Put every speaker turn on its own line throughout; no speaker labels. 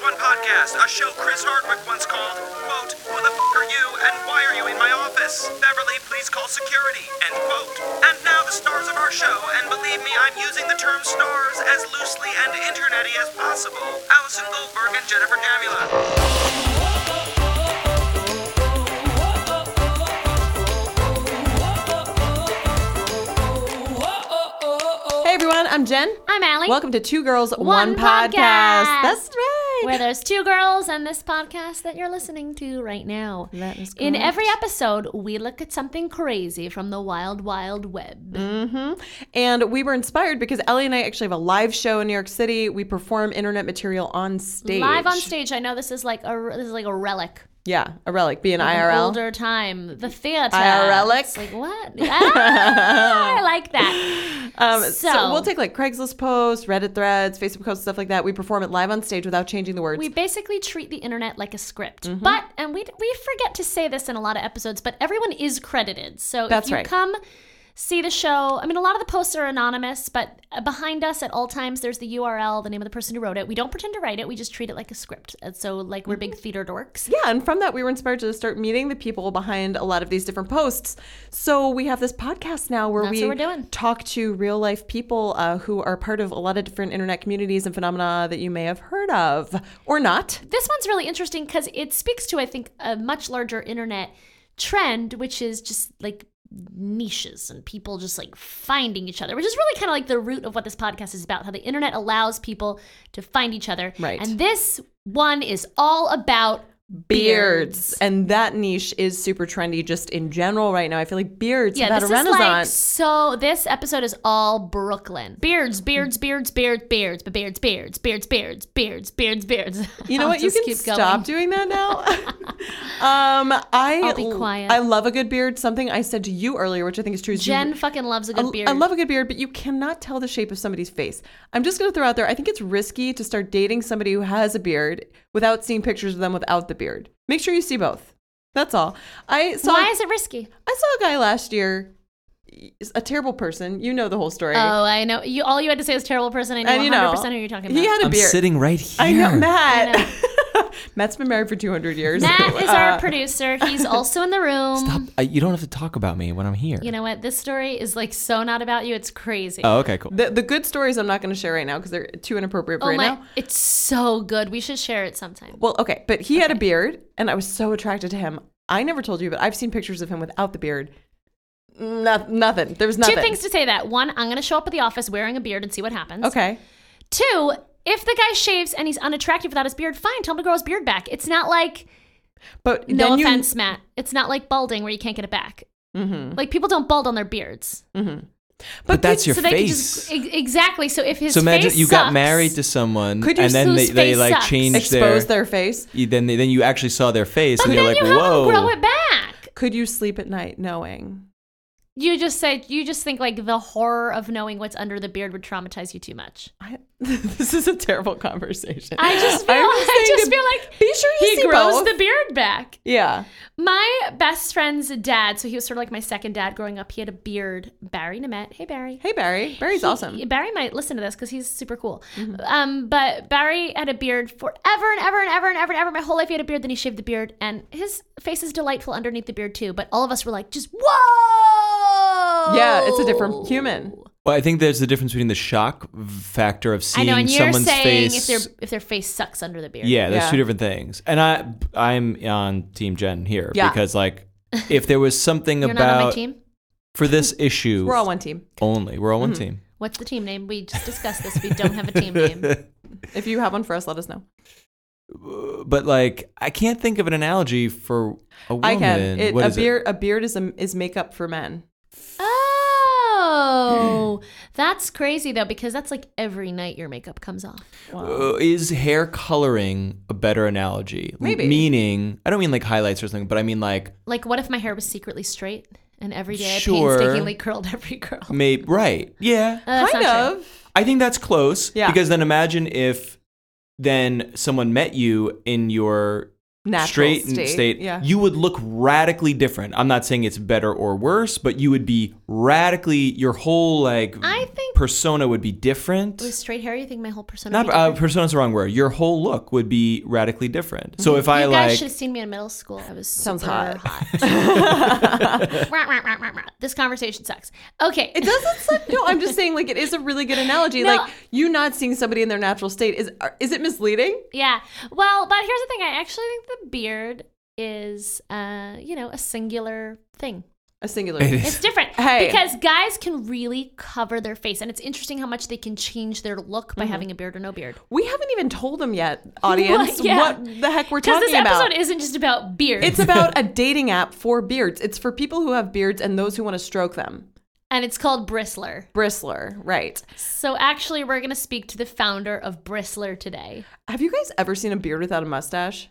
podcast, a show Chris Hardwick once called, quote, Who the f are you and why are you in my office? Beverly, please call security, end quote. And now the stars of our show, and believe me, I'm using the term stars as loosely and internety as possible Allison Goldberg and Jennifer Davila.
Hey everyone, I'm Jen.
I'm Allie.
Welcome to Two Girls One,
One
podcast.
Podcast.
That's right.
Where there's two girls and this podcast that you're listening to right now.
That is
In
correct.
every episode, we look at something crazy from the wild, wild web.
and we were inspired because Ellie and I actually have a live show in New York City. We perform internet material on stage.
Live on stage. I know this is like a this is like a relic,
Yeah, a relic. Be an
of an
IRL.
older time. The theater.
IRL-ic.
It's like what? Ah, I like that.
Um, so.
So-
we'll take like Craigslist posts, Reddit threads, Facebook posts, stuff like that. We perform it live on stage without changing the words. Mm-hmm.
We basically treat the internet like a script, but and we we forget to say this in a lot of episodes, but everyone is credited. So
That's
if you
right.
come see the show, I mean, a lot of the posts are anonymous, but uh, behind us at all times there's the URL, the name of the person who wrote it. We don't pretend to write it; we just treat it like a script. And so, like we're
Mm-hmm.
big theater dorks.
yeah, and from that, we were inspired to start meeting the people behind a lot of these different posts. So we have this podcast now where
That's
we
what we're doing.
talk to real life people uh, who are part of a lot of different internet communities and phenomena that you may have heard of or not.
This one's really interesting because it speaks to, I think, a much larger internet trend, which is just like niches and people just like finding each other, which is really kind of like the root of what this podcast is about how the internet allows people to find each other.
Right.
And this one is all about beards.
Beards. And that niche is super trendy just in general right now. I feel like beards
Yeah,
have
this
had
is
a
like
renaissance.
so. This episode is all Brooklyn beards, beards, beards, beards, beards, but beards, beards, beards, beards, beards, beards, beards.
You know
I'll
what? You
just
can
keep going.
stop doing that now. um, I
I'll be quiet.
I love a good beard. Something I said to you earlier, which I think is true. is you-
Jen fucking loves a
I-
good beard.
I love a good beard, but you cannot tell the shape of somebody's face. I'm just going to throw out there. I think it's risky to start dating somebody who has a beard without seeing pictures of them without the beard. Make sure you see both. That's all. I saw.
Why is it risky?
I saw a guy last year. A terrible person. You know the whole story.
Oh, I know. You all you had to say was terrible person. I know
And,
100%
you know,
who you're talking about.
he had a
I'm
beard.
sitting right here.
I know Matt.
I
Matt's been married for 200 years.
Matt is
Uh,
our producer. He's also in the room.
Stop. I, you don't have to talk about me when I'm here.
You know what? This story is like so not about you. It's crazy.
Oh, okay, cool.
The, the good stories I'm not going to share right now because they're too inappropriate for
Oh
right
my!
now.
It's so good. We should share it sometime.
Well, okay, but he had a beard, and I was so attracted to him. I never told you, but I've seen pictures of him without the beard. No, nothing. There was nothing.
Two things to say that. One, I'm going to show up at the office wearing a beard and see what happens.
Okay.
Two, if the guy shaves and he's unattractive without his beard, fine, tell him to grow his beard back. It's not like
But
no
then you-
offense, Matt. It's not like balding where you can't get it back. Mm-hmm. Like people don't bald on their beards.
But that's your
so they could
face.
just ex- exactly. So if his
So imagine
face
you got
sucks-
married to someone,
Could your
and then they,
whose
they
face
like
sucks?
changed
expose
their.
their face.
you- then they- then you actually saw their face,
But
and
then
you're like,
you have
whoa.
them grow it back.
Could you sleep at night knowing?
You just said you just think like the horror of knowing what's under the beard would traumatize you too much.
I, this is a terrible conversation.
I just feel,
I'm
I
saying
just
to-
feel like
be sure you
he
see
grows
both.
the beard back.
Yeah.
My best friend's dad, so he was sort of like my second dad growing up. He had a beard. Barry Nemet. Hey Barry.
Hey Barry. Barry's
He-
awesome.
Barry might listen to this because he's super cool.
Mm-hmm.
Um, but Barry had a beard forever and ever and ever and ever and ever. My whole life he had a beard. Then he shaved the beard, and his face is delightful underneath the beard too. But all of us were like, just whoa.
Yeah, it's a different human.
Well, I think there's the difference between the shock factor of
I
seeing
know, and you're
someone's
saying if
face.
their if their face sucks under the beard.
yeah, there's
Yeah.
two different things, and I I'm on Team Jen here
Yeah.
because like if there was something
you're
about
not on my team.
for this issue
We're all one team.
only we're all
Mm-hmm.
one team.
What's the team name? We just discussed this. We don't have a team name.
If you have one for us, let us know.
but like I can't think of an analogy for a woman.
I can. It,
What
a
is it?
beard. A beard is a, is makeup for men.
Oh, that's crazy though, because that's like every night your makeup comes off.
Uh, is hair coloring a better analogy? M-
Maybe.
meaning, I don't mean like highlights or something, but I mean like
Like, what if my hair was secretly straight and every day
Sure.
I painstakingly curled every curl? Uh,
maybe right. Yeah,
that's
kind
not true.
of.
I think that's close.
Uh. Yeah.
Because then imagine if then someone met you in your
Natural
straight n-
state.
state,
Yeah.
you would look radically different. I'm not saying it's better or worse, but you would be radically your whole like
I think
persona would be different.
With straight hair, you think my whole persona?
Not
would be
uh,
different?
persona's the wrong word. Your whole look would be radically different. So if
Mm-hmm.
I
you guys
like
should have seen me in middle school. I was
Sounds
super
hot.
Rah, rah, rah, rah, rah. this conversation sucks. Okay,
It doesn't suck. No, I'm just saying, like, it is a really good analogy.
No.
Like, you not seeing somebody in their natural state is are- is it misleading?
yeah. Well, but here's the thing. I actually think the beard is, uh, you know, a singular thing.
A singular.
It is.
It's different
Hey.
because guys can really cover their face, and it's interesting how much they can change their look
Mm-hmm.
by having a beard or no beard.
We haven't even told them yet, audience,
Well, yeah.
what the heck we're
Because
talking
this episode
about.
isn't just about beards,
it's about a dating app for beards. It's for people who have beards and those who want to stroke them.
and it's called Bristler.
Bristler, right.
So actually, we're going to speak to the founder of Bristler today.
Have you guys ever seen a beard without a mustache?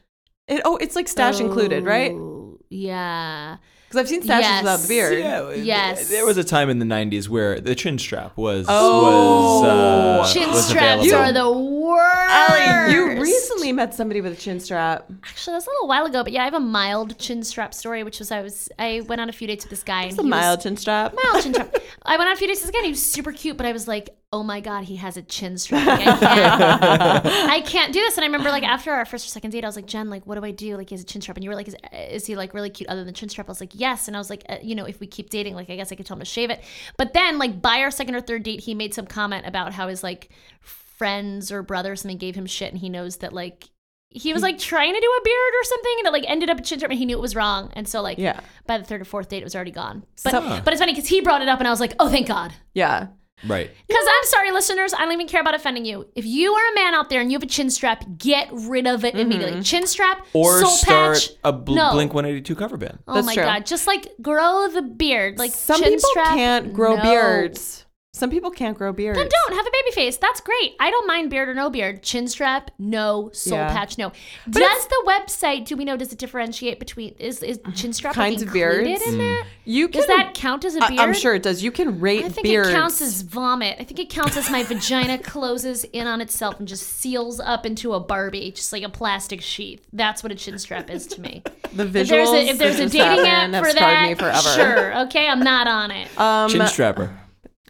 It, oh, it's like stash included, right?
Oh, Yeah.
Because I've seen stashes
Yes.
without the beard.
Yeah, it-
Yes.
There was a time in the '90s where the chin strap was
Oh.
was uh,
Chin
was
straps
available.
are the worst.
Allie, you recently met somebody with a chin strap.
actually that's a little while ago, but yeah, I have a mild chin strap story, which was I was I went on a few dates with this guy.
It's
and
a
he was-
mild chin strap.
mild chin strap. I went on a few dates with this guy. And he was super cute, but I was like, oh my god, he has a chin strap. Like, I, can't, I can't do this. And I remember like after our first or second date, I was like, Jen, like, what do I do? Like, he has a chin strap, and you were like, is, is he like really cute other than chin strap? I was like, yes. And I was like, uh, you know, if we keep dating, like, I guess I could tell him to shave it. But then like by our second or third date, he made some comment about how his like friends or brother or something gave him shit, and he knows that like. He was like trying to do a beard or something, and it like ended up a chin strap, and he knew it was wrong. And so like,
Yeah.
by the third or fourth date, it was already gone. But,
Some-
but it's funny because he brought it up, and I was like, oh, thank God.
Yeah.
right.
Because I'm sorry, listeners, I don't even care about offending you. If you are a man out there and you have a chin strap, get rid of it
Mm-hmm.
immediately. Chin strap,
Or
soul
start
patch,
a bl-
no.
Blink 182 cover band.
Oh
That's
my
true.
God! Just like grow the beard, like
Some
chin
people
strap,
can't grow
no.
beards. Some people can't grow beards.
Then don't have a baby face. That's great. I don't mind beard or no beard. Chin strap, no. Soul
Yeah.
patch, no. does the website? Do we know? Does it differentiate between is is chin strap like,
Kinds of
included
beards?
in that?
You can.
Does that count as a beard?
I, am sure it does. You can rate
I think
beards.
it counts as vomit. I think it counts as my vagina closes in on itself and just seals up into a Barbie, just like a plastic sheath. That's what a chin strap is to me.
the visuals.
If there's a, if there's a
that just
dating app
happened have
for
scarred
that,
me forever.
sure, okay, I'm not on it.
Um,
chin strapper.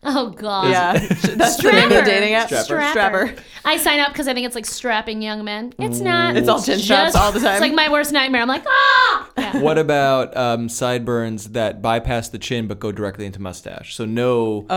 oh God,
yeah, that's the name of the dating app. Strapper.
I sign up because I think it's like strapping young men. It's not.
It's all chin straps
just-
all the time.
It's like my worst nightmare. I'm like, ah. Yeah.
What about um, sideburns that bypass the chin but go directly into mustache? So no beard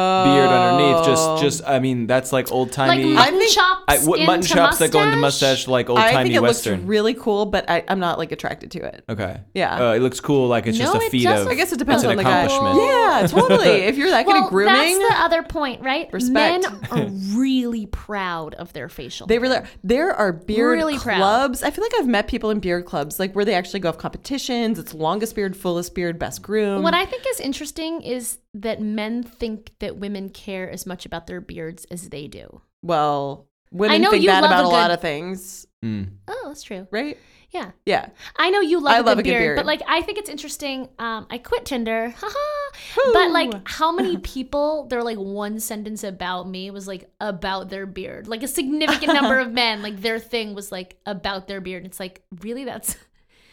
underneath. Just, just I mean, that's like old
Oh. Like
timey.
mutton
think-
chops.
I- what mutton
into
chops that go into mustache like old
I think
timey
it
western?
looks really cool, but I, I'm not like attracted to it.
okay.
Yeah.
Uh, it looks cool. Like it's
No,
just a
it
feat
does
of.
look
I guess it depends
it's
on
an
the guy.
accomplishment.
Yeah, totally. If you're that good
Well,
at grooming,
that's the other point, right?
Respect.
Men are really proud of their facial.
They really are. There are beard
Really proud.
clubs. I feel like I've met people in beard clubs, like where they actually go have competitions. It's longest beard, fullest beard, best groom.
What I think is interesting is that men think that women care as much about their beards as they do.
well, women
I know
think
you
that
love
about a
a
lot
good-
of things,
Oh, that's true.
right?
Yeah.
Yeah.
I know you love,
I
a,
love
good
a good
beard,
beard.
but like I think it's interesting. Um, I quit Tinder, haha. But like, how many people their like one sentence about me was like about their beard? Like a significant number of men, like their thing was like about their beard. It's like really that's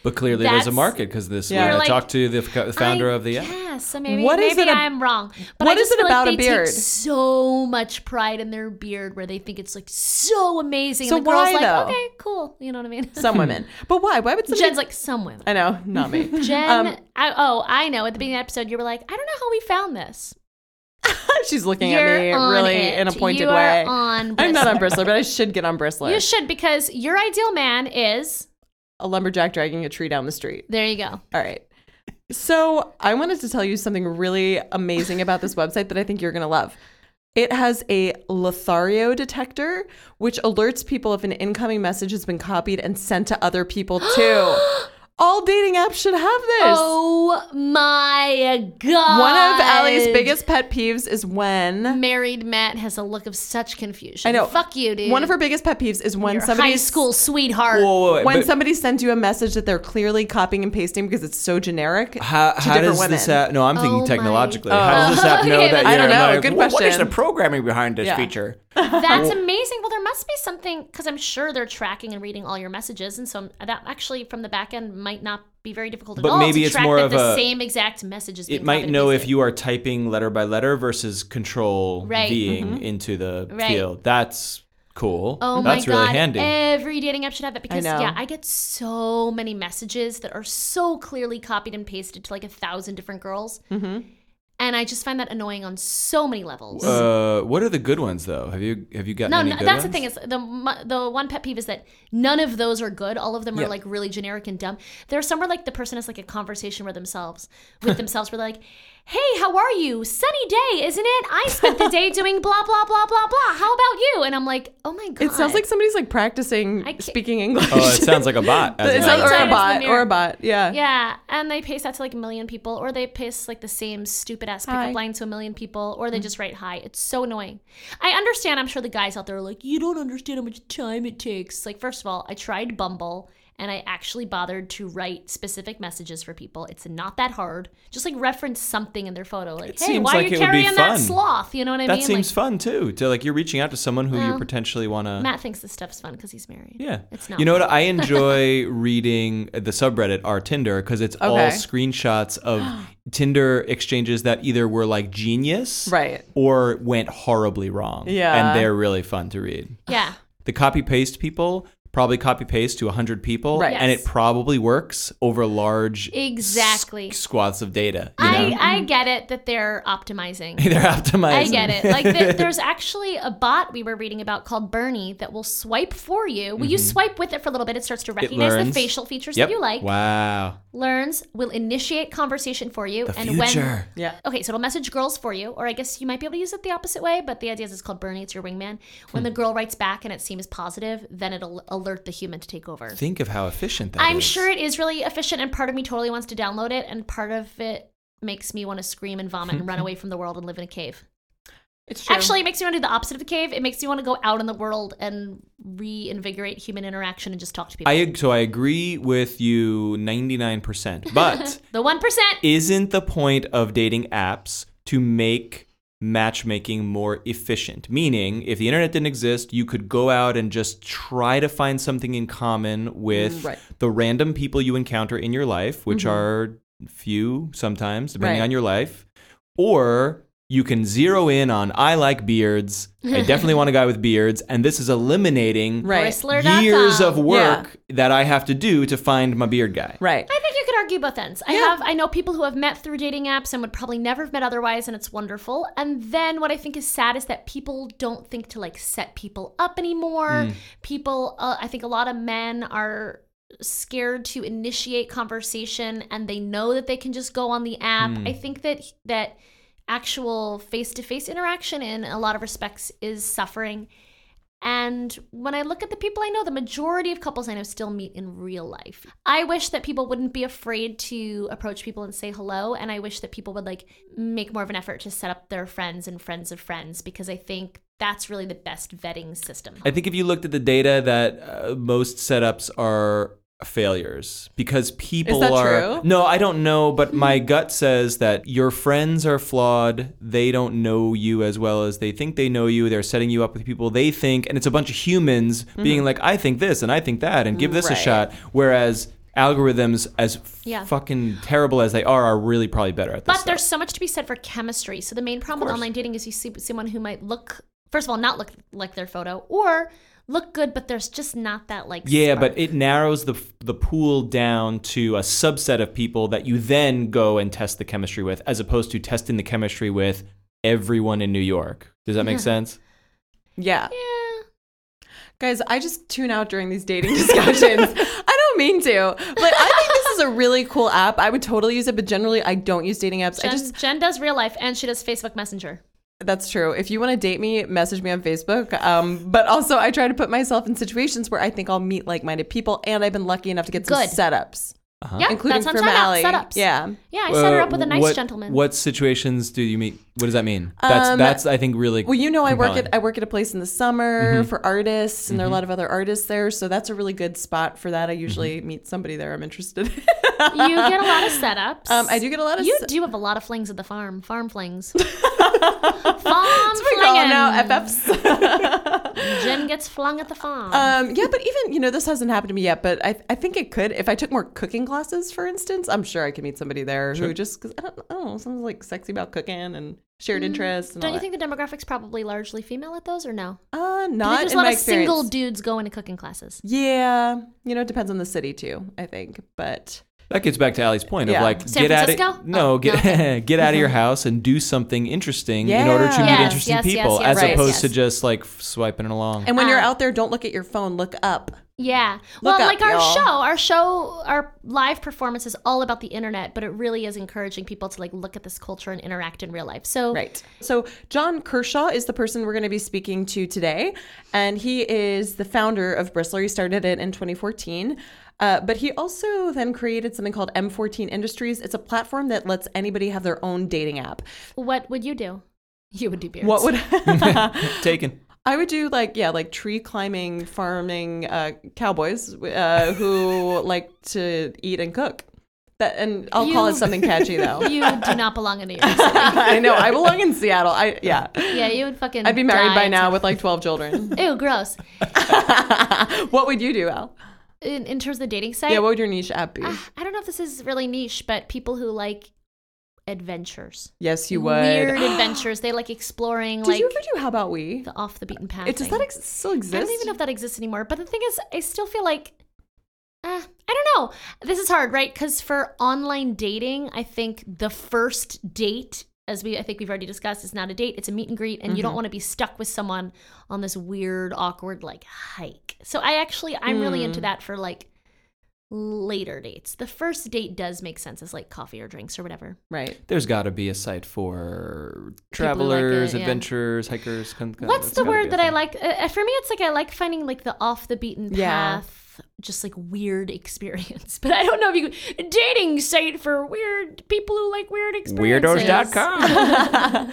But clearly,
That's-
there's a market because this.
Yeah.
when
You're
I
like-
talked to the f- founder
I
of the app.
guess. so maybe
What is
maybe
it ab-
I'm wrong. But
what
I
is
just
it
feel
about a
like they
beard?
take so much pride in their beard where they think it's like so amazing.
So
and the girl's
why,
like,
though?
okay, cool. You know what I mean?
Some women. But why? Why would somebody?
Hmm. Jen's like, some women.
I know, not me.
Jen,
Um,
I, oh, I know. At the beginning of the episode, you were like, I don't know how we found this.
She's looking
You're
at me
on
really
it.
in a pointed
you are
way.
on
I'm not on
Bristler.
Bristler, but I should get on Bristler.
You should because your ideal man is
a lumberjack dragging a tree down the street.
there. You go.
All right. So I wanted to tell you something really amazing about this website that I think you're going to love. It has a Lothario detector, which alerts people if an incoming message has been copied and sent to other people too. All dating apps should have this.
Oh my god!
One of Allie's biggest pet peeves is when
married Matt has a look of such confusion.
I know.
Fuck you, dude.
One of her biggest pet peeves is when
Your
somebody
high school sweetheart.
Whoa, whoa, whoa,
when
but-
somebody sends you a message that they're clearly copying and pasting because it's so generic.
How, how
different
does this
women.
app? No, I'm thinking
Oh my-
technologically. How does this app know
Okay,
that?
I don't
you're- I'm
know.
like,
Good
"Wha- What is the
question."
programming behind this
Yeah.
feature?
That's amazing. Well, there must be um, something because I'm sure they're tracking and reading all your messages, and so that actually from the back end might not be very difficult at
But
all
maybe
to
it's
track
more
that
of
the
a-
same exact message is.
it might know if you are typing letter by letter versus control
Right. mm-hmm.
Ving into the
Right.
field. That's cool.
Oh
That's
my
really
god!
handy.
Every dating app should have that because
know.
yeah, I get so many messages that are so clearly copied and pasted to like a thousand different girls,
Mm-hmm.
and I just find that annoying on so many levels.
uh, what are the good ones though? Have you have you gotten
no,
any
no
good
that's the
ones?
thing is the mu- the one pet peeve is that none of those are good. All of them are like really generic and dumb. There's some where like the person has like a conversation with themselves with themselves where they're like, "Hey, how are you? Sunny day, isn't it? I spent the day doing blah blah blah blah blah. How about you?" And I'm like, "Oh my god!"
It sounds like somebody's like practicing
can't-
speaking English.
Oh, it sounds like a bot. as
It
an
sounds-
actor.
or
Right.
a bot,
Yeah.
or a bot. Yeah.
Yeah, and they paste that to like a million people, or they paste like the same stupid ass
Hi.
pickup line to a million people, or they
Mm.
just write hi. It's so annoying. I understand. I'm sure the guys out there are like, you don't understand how much time it takes. Like, first of all, I tried Bumble and I actually bothered to write specific messages for people. It's not that hard. Just like reference something in their photo, like, hey,
seems
why
like
are you
it would be
carrying that
fun.
sloth? You know what I
That
mean?
seems
like, Um,
fun too. To like you're reaching out to someone who you potentially want to.
Matt thinks this stuff's fun because he's married.
Yeah.
it's not.
You know what? I enjoy reading the subreddit r Tinder because it's all
Okay.
screenshots of Tinder exchanges that either were like genius,
Right.
or went horribly wrong.
Yeah.
and they're really fun to read.
Yeah.
The copy paste people probably copy paste to 100 people
Right.
and
Yes.
it probably works over large
Exactly.
s- squads of data you know? Mm.
I, I get it that they're optimizing.
they're optimizing
I get it. Like th- there's actually a bot we were reading about called Bernie that will swipe for you. Will you swipe with it for a little bit? It starts to recognize the
Mm-hmm. learns.
facial features
yep
that you like.
wow
Learns will initiate conversation for you.
the
and when
future
Yeah.
Okay, so it'll message girls for you, or I guess you might be able to use it the opposite way, but the idea is it's called Bernie, it's your wingman.
Hmm.
When the girl writes back and it seems positive, then it'll alert the human to take over.
think of how efficient that
I'm
is.
sure it is really efficient, and part of me totally wants to download it, and part of it makes me want to scream and vomit and run away from the world and live in a cave.
It's true.
Actually, it makes me want to do the opposite of the cave. It makes me want to go out in the world and reinvigorate human interaction and just talk to people.
I so I agree with you 99%. But
the one percent.
isn't the point of dating apps to make matchmaking more efficient? Meaning, if the internet didn't exist, you could go out and just try to find something in common with
Right.
the random people you encounter in your life, which
Mm-hmm.
are few sometimes, depending
Right.
on your life, or you can zero in on I like beards. I definitely want a guy with beards, and this is eliminating
Right.
years of
Yeah.
work that I have to do to find my beard guy.
right.
I think you could argue both ends. I have I know people who have met through dating apps and would probably never have met otherwise and it's wonderful. And then what I think is sad is that people don't think to like set people up anymore. People uh, I think a lot of men are scared to initiate conversation and they know that they can just go on the app. I think that that actual face-to-face interaction in a lot of respects is suffering. And when I look at the people I know, the majority of couples I know still meet in real life. I wish that people wouldn't be afraid to approach people and say hello. And I wish that people would like make more of an effort to set up their friends and friends of friends because I think that's really the best vetting system.
I think if you looked at the data, that uh, most setups are failures because people
that
are.
true?
No, I don't know, but my gut says that your friends are flawed. They don't know you as well as they think they know you. They're setting you up with people they think, and it's a bunch of humans being like, "I think this and I think that," and give this a
Mm-hmm. Right.
shot. Whereas algorithms, as f-
Yeah.
fucking terrible as they are, are really probably better at this.
But
stuff.
there's so much to be said for chemistry. So the main problem with online dating is you see someone who might look, first of all, not look like their photo or look good, but there's just not that like.
Yeah,
spark.
but it narrows the the pool down to a subset of people that you then go and test the chemistry with, as opposed to testing the chemistry with everyone in New York. Does that make
Mm-hmm.
sense?
Yeah.
Yeah.
Guys, I just tune out during these dating discussions. I don't mean to, but I think this is a really cool app. I would totally use it, but generally I don't use dating apps. I
Jen,
just
Jen does real life and she does Facebook Messenger.
that's true. If you want to date me, message me on Facebook. Um, but also I try to put myself in situations where I think I'll meet like-minded people and I've been lucky enough to get some
Good.
setups,
Yeah,
including
that's what
from
I'm
Allie.
talking about. Setups.
Yeah.
Yeah, I set her
Uh,
up with a nice
what-
gentleman.
What situations do you meet? What does that mean? That's
Um,
that's I think really.
Well, you know, I work
compelling.
at I work at a place in the summer for artists, and there are a lot of other artists there, so that's a really good spot for that. I usually meet somebody there I'm interested in.
You get a lot of setups.
Um, I do get a lot of
You
s-
do have a lot of flings at the farm, farm flings. Farm
We call them
flinging.
now FFs.
Jen gets flung at the farm.
Um, yeah, but even you know this hasn't happened to me yet, but I I think it could if I took more cooking classes, for instance. I'm sure I could meet somebody there who just because I don't know something's like sexy about cooking and shared interests. And
Mm, Don't
all
you think the demographics probably largely female at those, or no?
that. Uh,
I think
not
there's
in
a lot
my
of single
experience.
dudes going to cooking classes.
yeah, you know it depends on the city too. I think, but
That gets back to Ali's point
Yeah.
of like
San
get out
Francisco?
of no
Oh,
get
no, okay. Mm-hmm.
get out of your house and do something interesting in order to
Yeah.
meet
Yes,
interesting
yes, yes,
people
yes,
as
yes,
opposed
yes.
to just like swiping it along.
and when you're
Um,
out there, don't look at your phone. Look up.
Yeah.
Look
well,
up,
like our
y'all.
show, our show, our live performance is all about the internet, but it really is encouraging people to like look at this culture and interact in real life. So
Right. So John Kershaw is the person we're going to be speaking to today, and he is the founder of Bristler. He started it in 2014. Uh, but he also then created something called M14 Industries. It's a platform that lets anybody have their own dating app.
what would you do? You would do beards.
What would
Taken.
I would do? Like yeah, like tree climbing, farming uh, cowboys uh, who like to eat and cook. That and I'll call it
You-
something catchy though.
you do not belong in New York City.
I know I belong in Seattle. I yeah.
Yeah, you would fucking.
I'd be married
die
by
in
now with like 12 children.
San- Ew, gross.
what would you do, Al?
In, in terms of the dating site,
Yeah, what would your niche app be?
ah, I don't know if this is really niche, but people who like adventures,
yes, you would.
weird adventures, they like exploring,
Did
like
you ever do How About We?
the off the beaten path.
It, does
thing.
that ex- still exist?
I don't even know if that exists anymore. But the thing is, I still feel like uh, I don't know. This is hard, right? Because for online dating, I think the first date, as we I think we've already discussed, is not a date; it's a meet and greet, and you don't want to be stuck with someone on this weird, awkward like hike. So I actually I'm really into that for like later dates. The first date does make sense as like coffee or drinks or whatever.
Right.
There's got to be a site for
People who like
travelers,
it, yeah.
adventurers, hikers. Con- con-
What's
that's
the
gotta be a
word that I
thing.
like? Uh, for me, it's like I like finding like the off the beaten path,
Yeah.
just like weird experience. But I don't know if you dating site for weird people who like weird experiences.
Weirdos.com.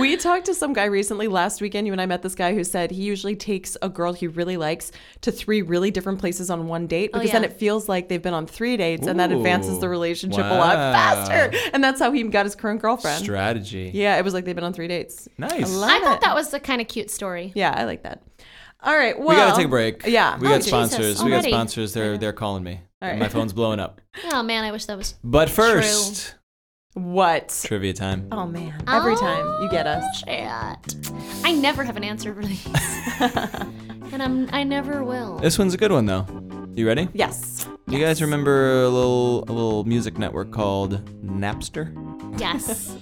We talked to some guy recently last weekend. You and I met this guy who said he usually takes a girl he really likes to three really different places on one date because then
Oh, yeah.
it feels like they've been on three dates and that advances the
Ooh.
relationship a lot
Wow.
faster. And that's how he got his current girlfriend.
Strategy.
yeah, it was like they've been on three dates.
Nice.
I love
I
it.
thought that was a kind of cute story.
Yeah, I like that. All right. Well,
we gotta take a break.
Yeah.
we
Oh,
got
Jesus,
sponsors. We got
already.
sponsors. They're they're calling me.
right.
My phone's blowing up.
Oh man, I wish that was
But first,
What?
trivia time.
Oh man! Every
Oh.
time you get us,
chat. I never have an answer for these, and I'm I never will.
This one's a good one though. You ready?
yes.
You guys remember a little a little music network called Napster?
yes,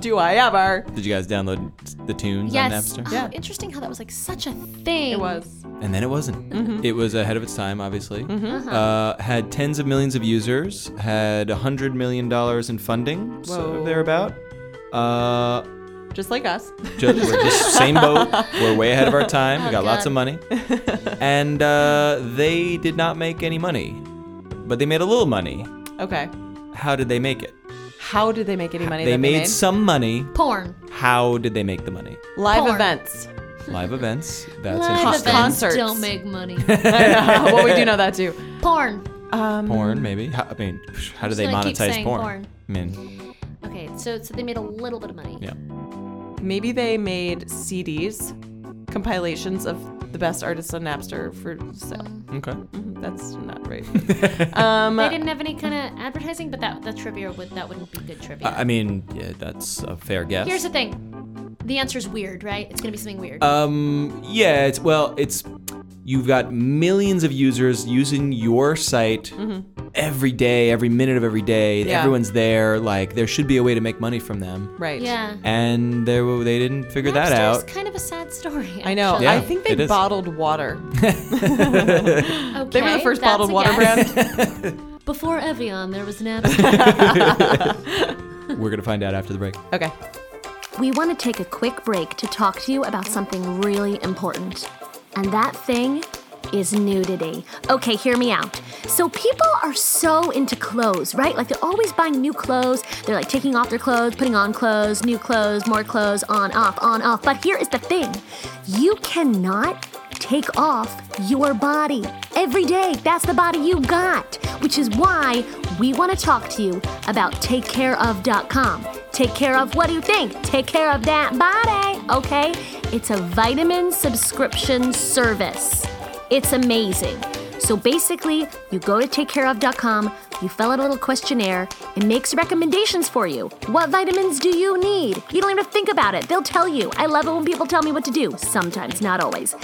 Do I ever?
Did you guys download the tunes
yes.
on
Oh,
Napster?
Yeah.
Interesting how that was like such a thing.
It was.
And then it wasn't.
Mm-hmm.
It was ahead of its time, obviously.
Uh-huh.
Uh, had tens of millions of users. Had a hundred million dollars in funding, so
Whoa.
thereabout. Uh,
Just like us.
just, we're just same boat. We're way ahead of our time. we
Oh,
got lots
God.
of money, and uh, they did not make any money, but they made a little money.
Okay.
How did they make it?
How did they make any money?
they
that
made,
they made
some money.
Porn.
How did they make the money?
live
porn.
events.
Live events. That's
Live
interesting.
events
Concerts.
don't make money.
well, we do know that too.
Porn.
Porn, maybe. How, I mean, psh, how do
just
they
gonna keep
monetize
saying
porn?
porn.
I mean,
Okay, so so they made a little bit of money.
yeah.
Maybe they made CDs, compilations of the best artists on Napster for sale. Mm-hmm.
Okay.
That's not right.
They didn't have any kind of advertising, but that the trivia would that wouldn't be good trivia.
I I mean, yeah, that's a fair guess.
Here's the thing. The answer's weird, right? It's gonna be something weird.
Um, yeah, it's well, it's you've got millions of users using your site
Mm-hmm.
every day, every minute of every day.
Yeah.
Everyone's there. Like there should be a way to make money from them,
Right.
yeah.
and they were- they didn't figure that
Napster's
out.
kind of a sad story. Actually.
I know.
Yeah,
I think
it
they
is.
bottled water.
Okay,
They were the first
that's
bottled
a
water
guess.
brand.
Before Evian, there was Napster.
We're gonna find out after the break.
Okay.
We want to take a quick break to talk to you about something really important. And that thing is nudity. Okay, hear me out. So, people are so into clothes, right? Like, they're always buying new clothes. They're like taking off their clothes, putting on clothes, new clothes, more clothes, on, off, on, off. But here is the thing you cannot take off your body every day. That's the body you got, which is why we want to talk to you about takecareof.com. Take care of what do you think? Take care of that body, okay? It's a vitamin subscription service. It's amazing. So basically, you go to takecareof.com, you fill out a little questionnaire, it makes recommendations for you. What vitamins do you need? You don't even have to think about it, they'll tell you. I love it when people tell me what to do, sometimes, not always.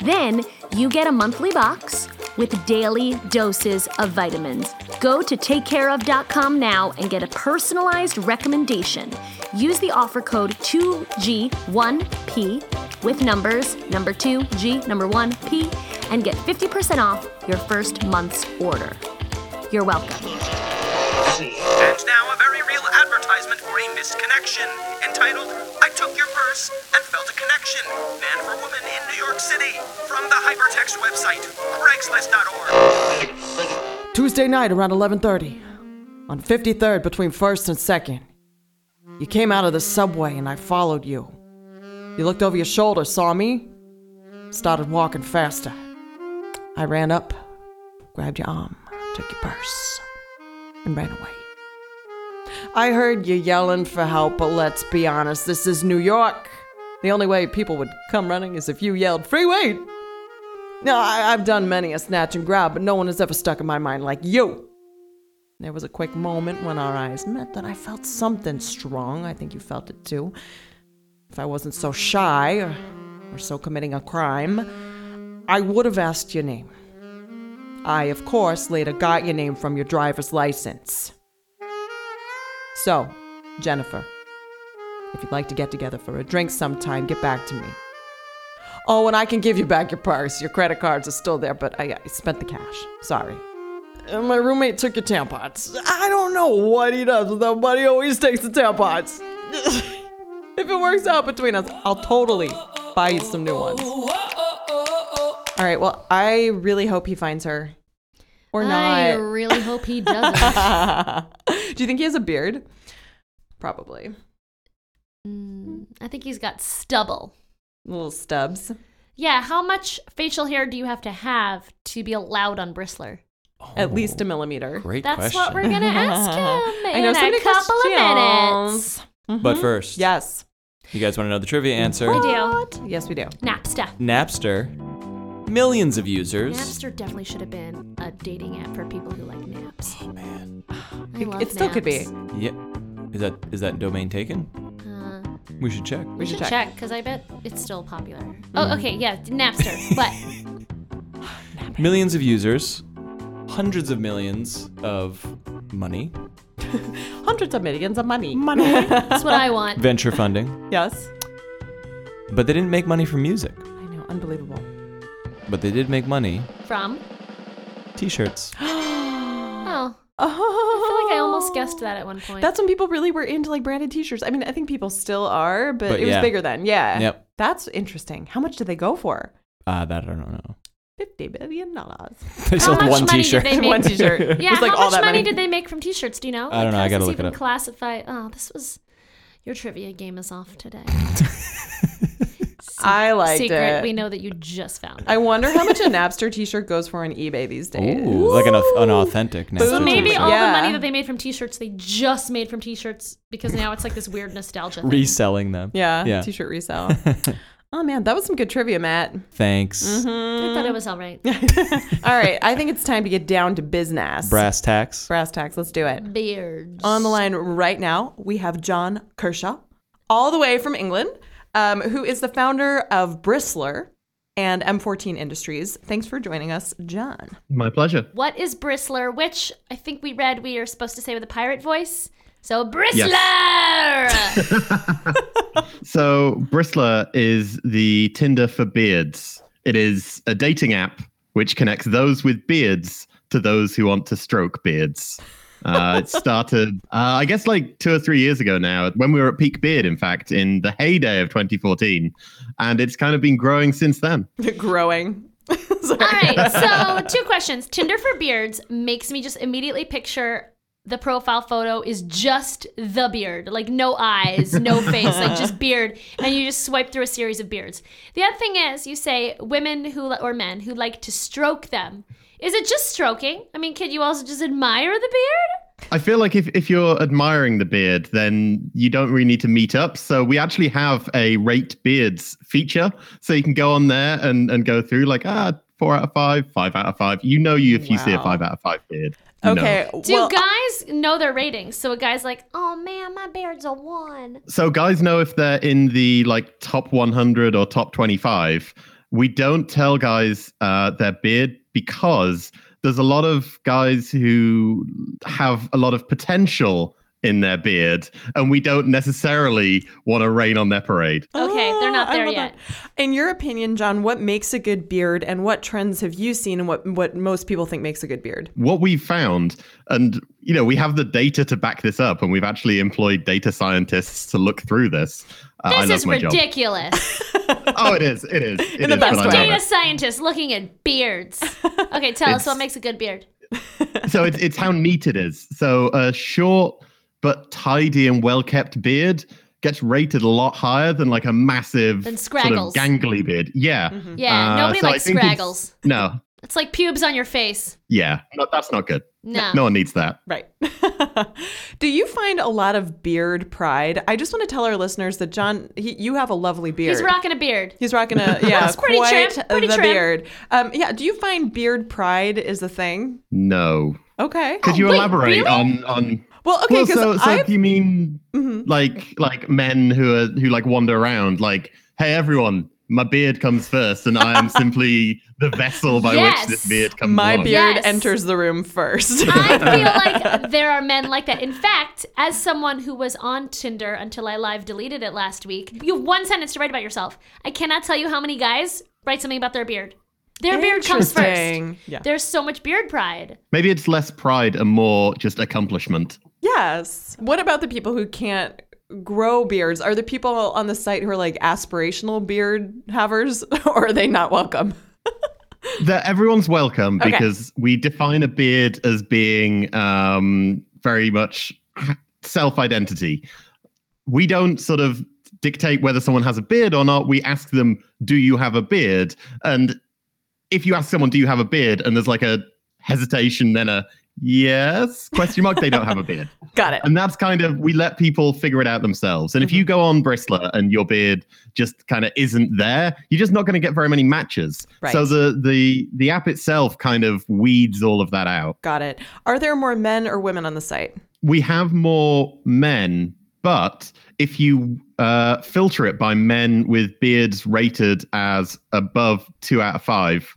Then you get a monthly box with daily doses of vitamins. Go to takecareof.com now and get a personalized recommendation. Use the offer code 2G1P with numbers number 2G number 1P and get 50% off your first month's order. You're welcome.
And now a very real advertisement for a missed connection entitled I Took Your Purse and Felt a Connection. Man for Woman in New York City from the hypertext website, Craigslist.org.
Tuesday night around 11:30 on 53rd between 1st and 2nd. You came out of the subway and I followed you. You looked over your shoulder, saw me, started walking faster. I ran up, grabbed your arm, took your purse, and ran away. I heard you yelling for help, but let's be honest, this is New York. The only way people would come running is if you yelled, Free weight! No, I, I've done many a snatch and grab, but no one has ever stuck in my mind like you. There was a quick moment when our eyes met that I felt something strong. I think you felt it too. If I wasn't so shy or, or so committing a crime, I would have asked your name. I, of course, later got your name from your driver's license. So, Jennifer, if you'd like to get together for a drink sometime, get back to me. Oh, and I can give you back your purse. Your credit cards are still there, but I, I spent the cash. Sorry. And my roommate took your tampons. I don't know what he does with them, but he always takes the tampons. if it works out between us, I'll totally buy you some new ones. All right, well, I really hope he finds her. Or not.
I really hope he doesn't.
Do you think he has a beard? Probably.
Mm, I think he's got stubble.
Little stubs.
Yeah, how much facial hair do you have to have to be allowed on Bristler?
At least a millimeter.
Great
That's
question.
what we're gonna ask him in a couple of minutes.
But first,
Yes.
you guys want to know the trivia answer?
We Mm-hmm. do.
Yes, we do.
Napster.
Napster, millions of users.
Napster definitely should have been a dating app for people who like naps.
Oh man.
I love
it still could be.
naps.
Yep. Is that is that domain taken?
Uh,
We should check.
we should check because I bet it's still popular. Oh, okay, yeah, Napster. What?
Millions of users, hundreds of millions of money,
Hundreds of millions of money. Money.
That's what I want.
venture funding,
yes.
but they didn't make money from music.
I know. Unbelievable.
But they did make money
From?
t-shirts.
Oh,
Oh.
I feel like I almost guessed that at one point.
That's when people really were into like branded T-shirts. I mean, I think people still are, but,
But
it was
yeah.
bigger then. Yeah.
Yep.
That's interesting. How much did they go for?
Ah, that I don't know.
Fifty billion dollars.
They
how
sold
much
one
money
t-shirt.
did they make?
One T-shirt.
Yeah,
It was like
how
all
much
that
money,
money
did they make from T-shirts? Do you know?
I don't know, I
how's
gotta
this
look it
even
up.
Classify. Oh, this was your trivia game is off today.
I liked
Secret.
it.
We know that you just found. It.
I wonder how much a Napster T-shirt goes for on eBay these days.
Ooh, like an, au- an authentic Napster.
So
Maybe
t-shirt.
all
Yeah.
the money that they made from T-shirts, they just made from T-shirts because now it's like this weird nostalgia. Thing.
reselling them.
Yeah,
Yeah.
t-shirt resale. oh man, that was some good trivia, Matt.
I
Thanks.
thought it was all right.
All right, I think it's time to get down to business.
Brass tacks.
Brass tacks, let's do it.
Beards.
On the line right now, we have John Kershaw, all the way from England, um, who is the founder of Bristler and M14 Industries. Thanks for joining us, John.
My pleasure.
What is Bristler? Which I think we read we are supposed to say with a pirate voice. So Bristler.
So, Bristler is the Tinder for beards. It is a dating app which connects those with beards to those who want to stroke beards. Uh, it started, uh, I guess, like two or three years ago now, when we were at Peak Beard, in fact, in the heyday of 2014. And it's kind of been growing since then.
Growing. Sorry.
All right. So, two questions. Tinder for beards makes me just immediately picture the profile photo is just the beard, like no eyes, no face, like just beard, and you just swipe through a series of beards. The other thing is, you say women who or men who like to stroke them. Is it just stroking? I mean, can you also just admire the beard?
I feel like if, if you're admiring the beard, then you don't really need to meet up. So we actually have a rate beards feature. So you can go on there and, and go through like, ah, four out of five, five out of five. You know you if you see a
Wow.
five out of five beard. You know.
Okay.
Do
well,
guys know their ratings? So a guy's like, "Oh man, my beard's a one."
So guys know if they're in the like top 100 or top 25. We don't tell guys uh, their beard because there's a lot of guys who have a lot of potential in their beard, and we don't necessarily want to rain on their parade.
Okay, they're not
Ah, I
there
love
yet.
that. In your opinion, John, what makes a good beard, and what trends have you seen, and what what most people think makes a good beard?
What we've found, and you know, we have the data to back this up, and we've actually employed data scientists to look through this. Uh, I
This
love
is
my job.
ridiculous.
Oh, it is. It is. It
In the
is, but
best
I
way.
love it.
Data scientists looking at beards. Okay, tell us
It's-
what makes a good beard.
so it's it's how neat it is. So a short but tidy and well kept beard gets rated a lot higher than like a massive
Than
sort of
scraggles. Mm-hmm.
gangly beard. Yeah.
Yeah,
Uh,
nobody
so I
likes
think it's-
scraggles.
No.
It's like pubes on your face.
Yeah. No, that's not good.
No.
No one needs that.
Right. Do you find a lot of beard pride? I just want to tell our listeners that John, he, you have a lovely beard.
He's rocking a beard.
He's rocking a yeah,
It's pretty
quite
trim, pretty
the
trim.
beard. Um, yeah. Do you find beard pride is the thing?
No.
Okay.
Could you
Oh, wait,
elaborate
really?
on on
Well, okay,
Well,
because
so, so
I
if you mean
Mm-hmm.
like like men who are who like wander around like, hey everyone, my beard comes first and I am simply the vessel by
Yes.
which this beard comes
my
on.
beard
Yes.
enters the room first.
I feel like there are men like that. In fact, as someone who was on Tinder until I live deleted it last week, you have one sentence to write about yourself. I cannot tell you how many guys write something about their beard. Their beard comes first.
Interesting. Yeah.
There's so much beard pride.
Maybe it's less pride and more just accomplishment.
Yes. What about the people who can't grow beards? Are the people on the site who are like aspirational beard havers, or are they not welcome?
that everyone's welcome
Okay.
because we define a beard as being um, very much self-identity. We don't sort of dictate whether someone has a beard or not. We ask them, "Do you have a beard?" And if you ask someone, "Do you have a beard?" and there's like a hesitation, then a yes question mark, they don't have a beard.
Got it.
And that's kind of we let people figure it out themselves. And if you go on Bristler and your beard just kind of isn't there, you're just not going to get very many matches.
Right.
So the the the app itself kind of weeds all of that out.
Got it. Are there more men or women on the site?
We have more men, but if you uh, filter it by men with beards rated as above two out of five,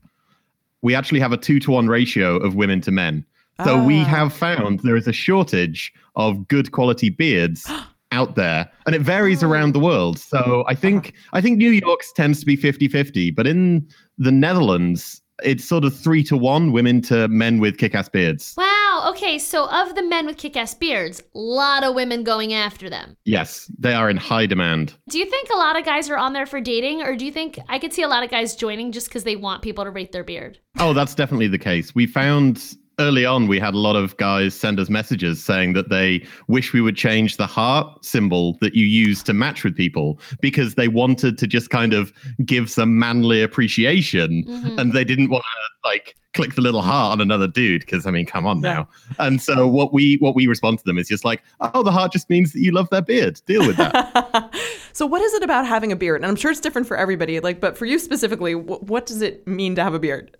we actually have a two to one ratio of women to men. So we
Ah.
have found there is a shortage of good quality beards out there and it varies around the world. So I think I think New York's tends to be 50-50, but in the Netherlands it's sort of 3 to 1 women to men with kick-ass beards.
Wow. Okay. So of the men with kick-ass beards, a lot of women going after them.
Yes, they are in high demand.
Do you think a lot of guys are on there for dating, or do you think I could see a lot of guys joining just because they want people to rate their beard?
Oh, that's definitely the case. We found early on we had a lot of guys send us messages saying that they wish we would change the heart symbol that you use to match with people because they wanted to just kind of give some manly appreciation and they didn't want to like click the little heart on another dude because I mean come on
Yeah.
now. And so what we what we respond to them is just like, "Oh, the heart just means that you love their beard. Deal with that."
so what is it about having a beard? And I'm sure it's different for everybody. Like, but for you specifically, wh- what does it mean to have a beard?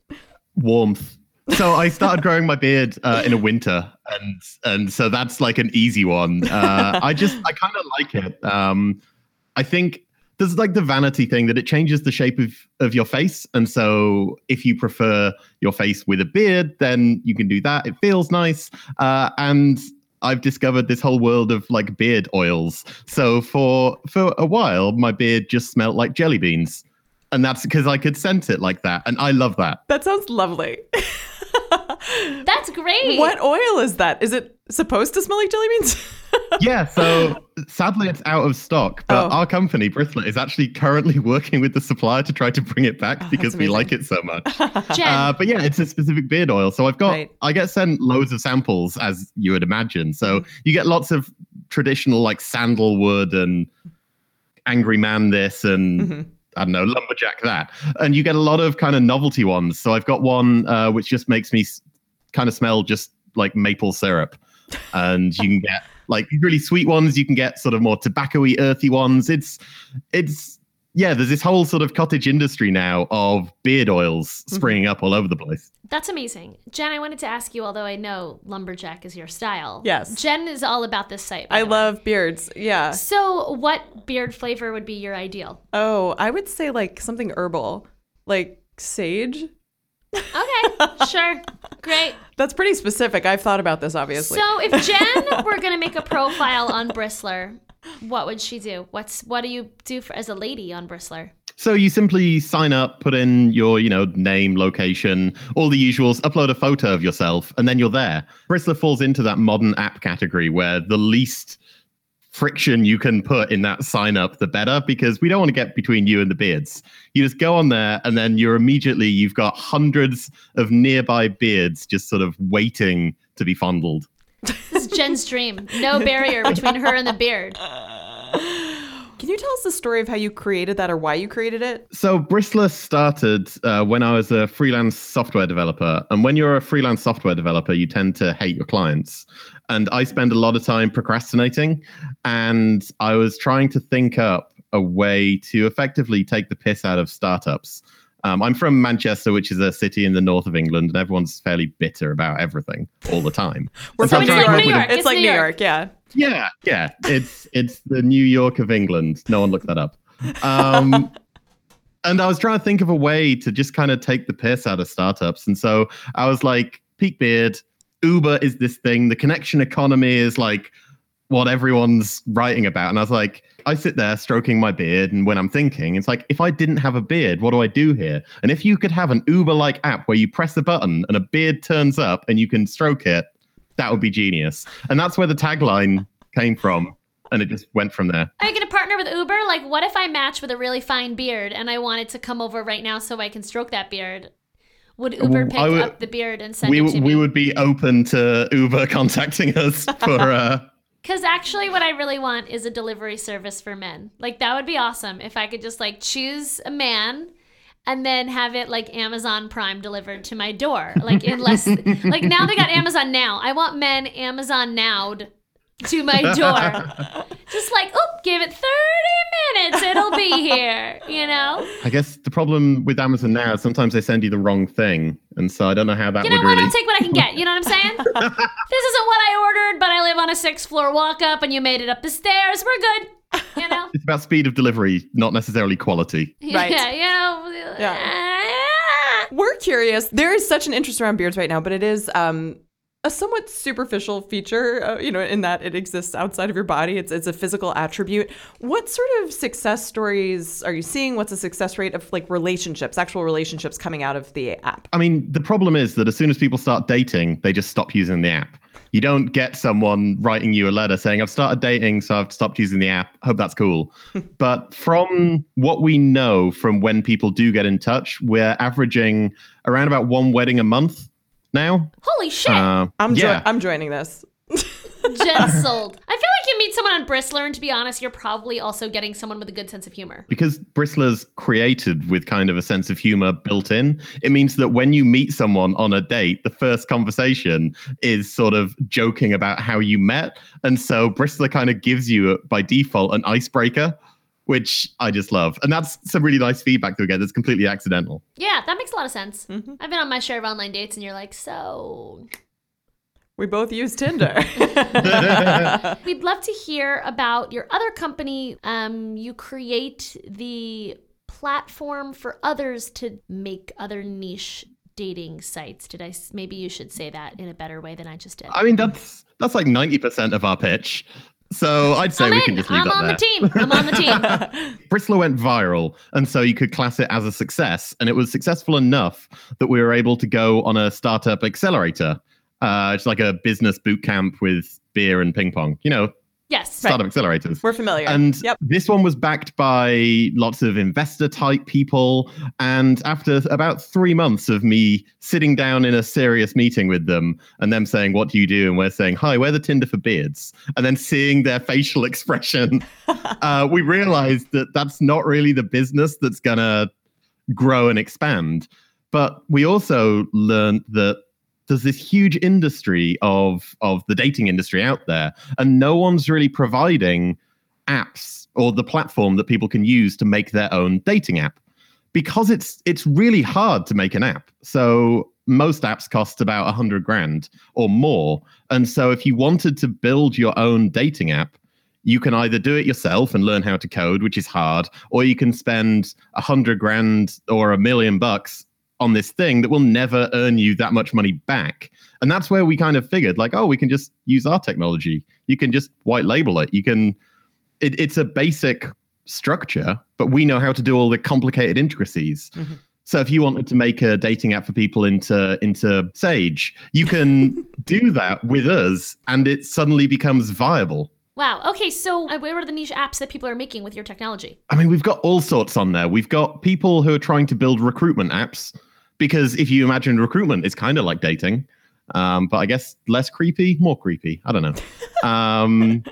warmth. So I started growing my beard uh, in a winter, and and so that's like an easy one. Uh, I just I kind of like it. Um, I think there's like the vanity thing that it changes the shape of of your face, and so if you prefer your face with a beard, then you can do that. It feels nice, uh, and I've discovered this whole world of like beard oils. So for for a while, my beard just smelled like jelly beans. And that's because I could scent it like that. And I love that.
That sounds lovely.
That's great.
what oil is that? Is it supposed to smell like jelly beans?
yeah, so sadly it's out of stock, but
Oh.
our company, Bristlet, is actually currently working with the supplier to try to bring it back because we
Oh, amazing.
like it so much.
Jen,
Uh, but yeah, it's a specific beard oil. So I've got,
Right.
I get sent loads of samples, as you would imagine. So you get lots of traditional like sandalwood and angry man this and I don't know lumberjack that, and you get a lot of kind of novelty ones. So I've got one uh, which just makes me kind of smell just like maple syrup. and you can get like really sweet ones. You can get sort of more tobacco-y, earthy ones. It's it's yeah. There's this whole sort of cottage industry now of beard oils springing up all over the place.
That's amazing. Jen, I wanted to ask you, although I know lumberjack is your style.
Yes.
Jen is all about this site. by
I
the way.
love beards. Yeah.
So, what beard flavor would be your ideal?
Oh, I would say like something herbal, like sage.
Okay, sure. Great.
That's pretty specific. I've thought about this, obviously.
So, if Jen were going to make a profile on Bristler, what would she do? What's what do you do for, as a lady on Bristler?
So you simply sign up, put in your, you know, name, location, all the usuals, upload a photo of yourself, and then you're there. Bristler falls into that modern app category where the least friction you can put in that sign up, the better, because we don't want to get between you and the beards. You just go on there and then you're immediately you've got hundreds of nearby beards just sort of waiting to be fondled.
This is Jen's dream. No barrier between her and the beard.
Can you tell us the story of how you created that or why you created it?
So Bristler started uh, when I was a freelance software developer, and when you're a freelance software developer, you tend to hate your clients. And I spend a lot of time procrastinating, and I was trying to think up a way to effectively take the piss out of startups. Um, I'm from Manchester, which is a city in the north of England, and everyone's fairly bitter about everything all the time.
We're
And so I'm
from
trying to come
New
up with a
York.
It's,
It's
like
New
New York.
York.
yeah.
yeah, yeah. It's it's the New York of England. No one looked that up. Um, and I was trying to think of a way to just kind of take the piss out of startups, and so I was like, Peak Beard, Uber is this thing. The connection economy is like what everyone's writing about, and I was like. I sit there stroking my beard, and when I'm thinking, it's like, if I didn't have a beard, what do I do here? And if you could have an Uber like app where you press a button and a beard turns up and you can stroke it, that would be genius. And that's where the tagline came from. And it just went from there.
Are you going to partner with Uber? Like, what if I match with a really fine beard and I wanted to come over right now so I can stroke that beard? Would Uber
Well,
pick
I would-
up the beard and send
We,
it to
we
me?
would be open to Uber contacting us for. Uh,
Because actually, what I really want is a delivery service for men. Like, that would be awesome if I could just like choose a man and then have it like Amazon Prime delivered to my door. Like, unless, like, now they got Amazon Now. I want men Amazon Nowed to my door. just like, oop, give it 30 minutes. It'll be here, you know?
I guess the problem with Amazon now is sometimes they send you the wrong thing. And so I don't know how that
You know
would
what?
really.
I'll take what I can get. You know what I'm saying? this isn't what I ordered, but I live on a six floor walk up and you made it up the stairs. We're good. You know?
it's about speed of delivery, not necessarily quality.
Right.
Yeah, you know. uh,
We're curious. There is such an interest around beards right now, but it is um, a somewhat superficial feature, uh, you know, in that it exists outside of your body. It's, it's a physical attribute. What sort of success stories are you seeing? What's the success rate of like relationships, actual relationships coming out of the app?
I mean, the problem is that as soon as people start dating, they just stop using the app. You don't get someone writing you a letter saying, I've started dating, so I've stopped using the app. Hope that's cool. but from what we know from when people do get in touch, we're averaging around about one wedding a month now.
Holy shit.
Uh,
I'm, joi-
yeah.
I'm joining this.
Jen sold. I feel like you meet someone on Bristler, and to be honest, you're probably also getting someone with a good sense of humor.
because Bristler's created with kind of a sense of humor built in, it means that when you meet someone on a date, the first conversation is sort of joking about how you met. And so Bristler kind of gives you, by default, an icebreaker, which I just love. And that's some really nice feedback that we get that's completely accidental.
Yeah, that makes a lot of sense. I've been on my share of online dates, and you're like, so
We both use Tinder.
We'd love to hear about your other company. Um, you create the platform for others to make other niche dating sites. Did I? s- Maybe you should say that in a better way than I just did.
I mean, that's that's like 90% of our pitch. So I'd say
I'm
we
in.
can just leave
I'm
that
on
there.
the team. I'm on the team.
Bristler went viral, and so you could class it as a success. And it was successful enough that we were able to go on a startup accelerator. Uh, it's like a business boot camp with beer and ping pong, you know,
yes.
startup accelerators.
We're familiar.
And
yep.
this one was backed by lots of investor type people. And after about three months of me sitting down in a serious meeting with them and them saying, What do you do? And we're saying, Hi, we're the Tinder for Beards. And then seeing their facial expression, uh, we realized that that's not really the business that's going to grow and expand. But we also learned that there's this huge industry of of the dating industry out there, and no one's really providing apps or the platform that people can use to make their own dating app because it's it's really hard to make an app. So most apps cost about a hundred grand or more, and so if you wanted to build your own dating app, you can either do it yourself and learn how to code, which is hard, or you can spend a hundred grand or a million bucks on this thing that will never earn you that much money back. And that's where we kind of figured, like, oh, we can just use our technology. You can just white label it. You can. It, it's a basic structure, but we know how to do all the complicated intricacies. So if you wanted to make a dating app for people into into Sage, you can do that with us, and it suddenly becomes viable.
Wow. Okay, so uh, where are the niche apps that people are making with your technology?
I mean, we've got all sorts on there. We've got people who are trying to build recruitment apps because if you imagine recruitment, it's kind of like dating, um, but I guess less creepy, more creepy. I don't know. Um,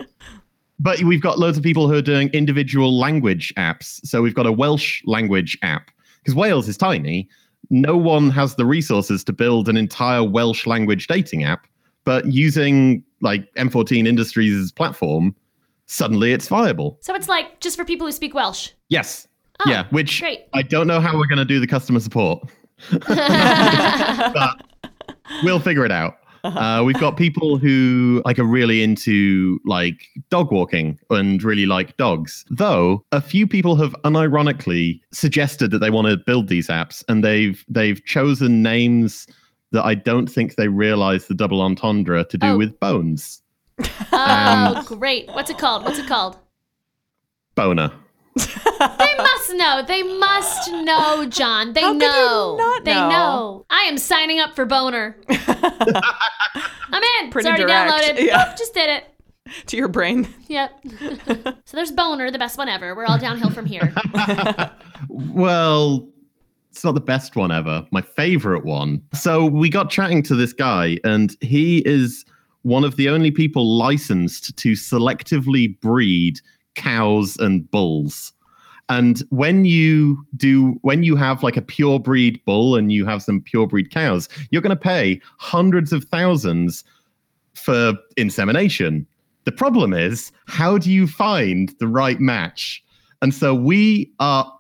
but we've got loads of people who are doing individual language apps. So we've got a Welsh language app because Wales is tiny. No one has the resources to build an entire Welsh language dating app, but using like M14 Industries' platform, suddenly it's viable.
So it's like just for people who speak Welsh.
Yes.
Oh,
yeah, which
great.
I don't know how we're going to do the customer support. but we'll figure it out. Uh, we've got people who like are really into like dog walking and really like dogs. Though a few people have unironically suggested that they want to build these apps, and they've they've chosen names that I don't think they realize the double entendre to do
Oh.
with bones. Um,
Oh, great. What's it called? What's it called?
Boner.
They must know. They must know, John. They
How could you
know.
not
they
know?
know. I am signing up for boner. I'm in.
Pretty
it's already
direct.
downloaded.
Yeah.
Oh, just did it.
to your brain.
Yep. so there's boner, the best one ever. We're all downhill from here.
Well, it's not the best one ever. My favorite one. So we got chatting to this guy, and he is one of the only people licensed to selectively breed cows and bulls. And when you do, when you have like a pure breed bull and you have some pure breed cows, you're going to pay hundreds of thousands for insemination. The problem is, how do you find the right match? And so we are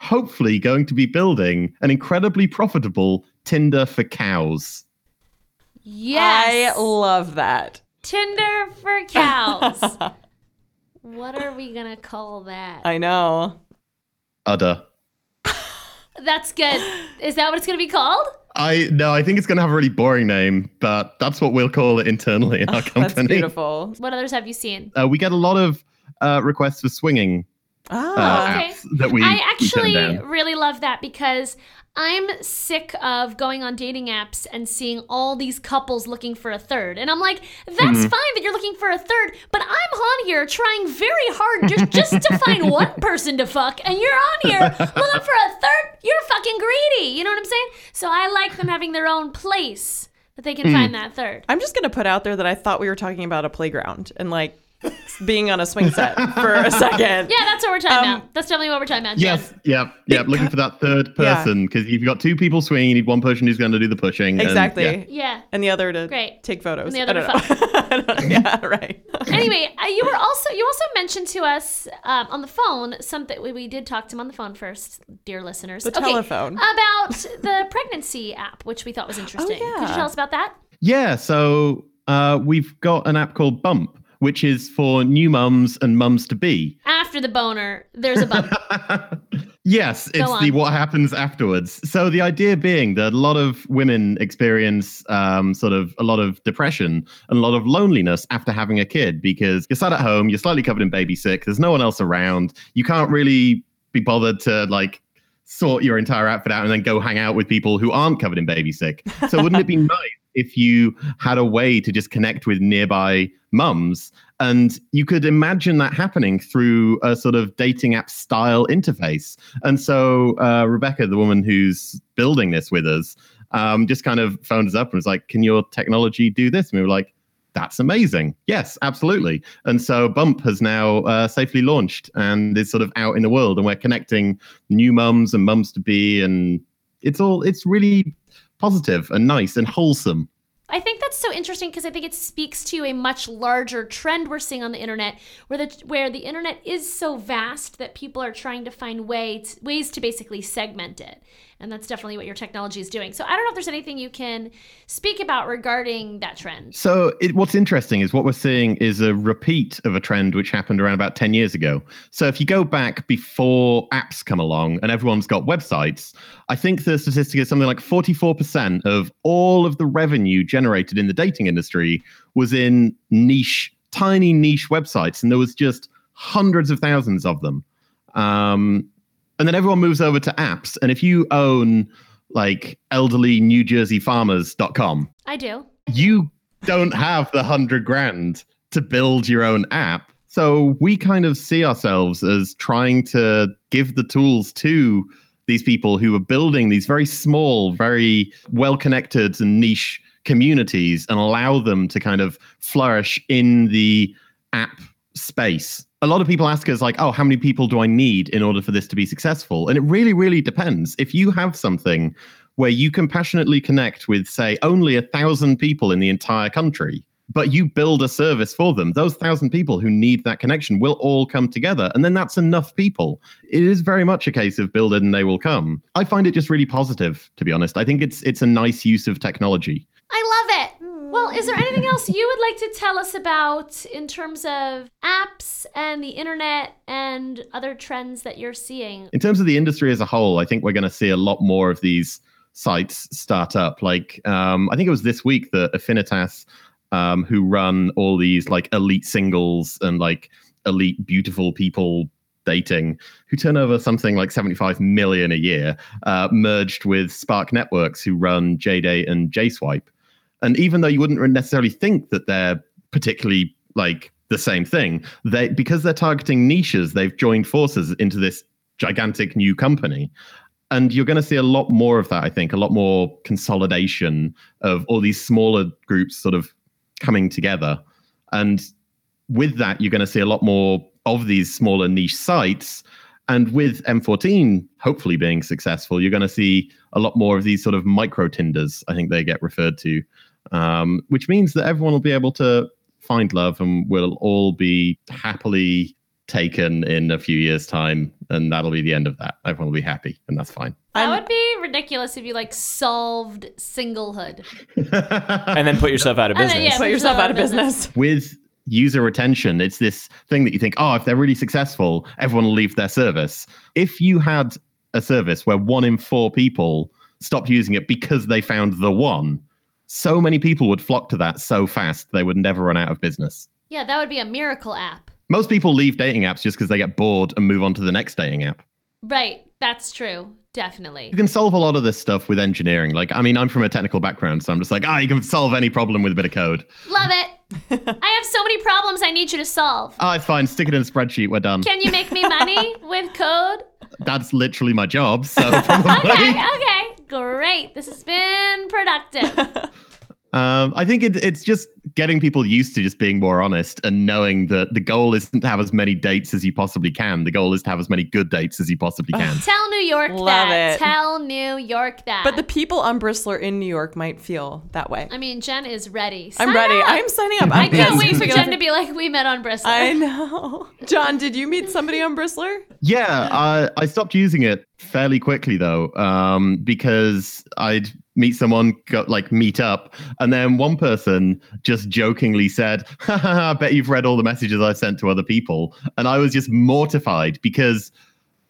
hopefully going to be building an incredibly profitable Tinder for cows.
Yes.
I love that.
Tinder for cows. what are we gonna call that?
I know.
Udder.
That's good. Is that what it's gonna be called?
I no, I think it's going to have a really boring name, but that's what we'll call it internally in our company.
That's beautiful.
What others have you seen?
Uh, we get a lot of uh, requests for swinging uh,
Ah,
okay.
apps that we
I
we turn
actually
down.
really love that because I'm sick of going on dating apps and seeing all these couples looking for a third. And I'm like, that's
Mm-hmm.
fine that you're looking for a third, but I'm on here trying very hard just, just to find one person to fuck, and you're on here looking for a third. You're fucking greedy. You know what I'm saying? So I like them having their own place that they can
Mm.
find that third.
I'm just gonna put out there that I thought we were talking about a playground and like being on a swing set for a second.
Yeah, that's what we're talking
Um,
about. That's definitely what we're talking about.
Yes,
Jen.
yep, yep. Looking for that third
Yeah.
person because you've got two people swinging, you need one person who's going to do the pushing. and-
Exactly.
yeah.
Yeah.
And the other to
Great.
take photos.
And the other
I don't know. I don't know. Yeah, right.
anyway, uh, you were also you also mentioned to us um, on the phone something we, we did talk to him on the phone first, dear listeners.
The telephone. Oh,
about the pregnancy app, which we thought was interesting. Could you
yeah.
tell us about that?
Yeah, so uh, we've got an app called Bump, which is for new mums and mums to be.
After the boner, there's a bump.
Yes, it's the
on.
what happens afterwards. So the idea being that a lot of women experience um, sort of a lot of depression and a lot of loneliness after having a kid because you're sat at home, you're slightly covered in baby sick, there's no one else around, you can't really be bothered to like sort your entire outfit out and then go hang out with people who aren't covered in baby sick. So wouldn't it be nice if you had a way to just connect with nearby mums and you could imagine that happening through a sort of dating app style interface. And so uh, Rebecca, the woman who's building this with us, um, just kind of phoned us up and was like, "Can your technology do this?" And we were like, "That's amazing! Yes, absolutely!" And so Bump has now uh, safely launched and is sort of out in the world, and we're connecting new mums and mums to be, and it's all it's really positive and nice and wholesome.
I think that's so interesting because I think it speaks to a much larger trend we're seeing on the internet, where the where the internet is so vast that people are trying to find ways ways to basically segment it, and that's definitely what your technology is doing. So I don't know if there's anything you can speak about regarding that trend.
So, it, what's interesting is what we're seeing is a repeat of a trend which happened around about 10 years ago. So, if you go back before apps come along and everyone's got websites, I think the statistic is something like 44% of all of the revenue generated in the dating industry was in niche, tiny niche websites. And there was just hundreds of thousands of them. Um, and then everyone moves over to apps. And if you own like elderlynewjerseyfarmers.com,
I do.
you don't have the hundred grand to build your own app. So we kind of see ourselves as trying to give the tools to these people who are building these very small, very well connected and niche communities and allow them to kind of flourish in the app space. A lot of people ask us, like, oh, how many people do I need in order for this to be successful? And it really, really depends. If you have something where you can passionately connect with, say, only a thousand people in the entire country, but you build a service for them, those thousand people who need that connection will all come together. And then that's enough people. It is very much a case of build it and they will come. I find it just really positive, to be honest. I think it's it's a nice use of technology.
I love it. Well, is there anything else you would like to tell us about in terms of apps and the internet and other trends that you're seeing?
In terms of the industry as a whole, I think we're going to see a lot more of these sites start up. Like, um, I think it was this week that Affinitas, um, who run all these like elite singles and like elite beautiful people dating, who turn over something like 75 million a year, uh, merged with Spark Networks, who run JDay and JSwipe. And even though you wouldn't necessarily think that they're particularly like the same thing, they because they're targeting niches, they've joined forces into this gigantic new company. And you're going to see a lot more of that, I think, a lot more consolidation of all these smaller groups sort of coming together. And with that, you're going to see a lot more of these smaller niche sites. And with M14 hopefully being successful, you're going to see a lot more of these sort of micro Tinders, I think they get referred to, um, which means that everyone will be able to find love and we'll all be happily taken in a few years' time. And that'll be the end of that. Everyone will be happy, and that's fine.
That
I'm-
would be ridiculous if you like solved singlehood.
and then put yourself out of
And then,
business.
yeah,
Put yourself out of business.
with user retention, it's this thing that you think, oh, if they're really successful, everyone will leave their service. If you had a service where one in four people stopped using it because they found the one, so many people would flock to that so fast they would never run out of business.
Yeah, that would be a miracle app.
Most people leave dating apps just because they get bored and move on to the next dating app.
Right, that's true. Definitely.
You can solve a lot of this stuff with engineering. Like, I mean, I'm from a technical background, so I'm just like, ah, you can solve any problem with a bit of code.
Love it. I have so many problems I need you to solve.
Ah, it's fine. Stick it in a spreadsheet. We're done.
Can you make me money with code?
That's literally my job. So probably.
Okay, okay. Great. This has been productive.
Um, I think it, it's just getting people used to just being more honest and knowing that the goal isn't to have as many dates as you possibly can. The goal is to have as many good dates as you possibly can.
Tell New York
Love
that.
it.
Tell New York that.
But the people on Bristler in New York might feel that way.
I mean, Jen is ready.
I'm
Sign
ready.
up.
I'm signing up.
I
I'm
can't
yes.
wait for Jen to be like, we met on Bristol.
I know. John, did you meet somebody on Bristler?
yeah, I, I stopped using it fairly quickly though, um, because I'd meet someone, go, like meet up, and then one person just jokingly said, "Ha, ha, ha, I bet you've read all the messages I sent to other people. And I was just mortified because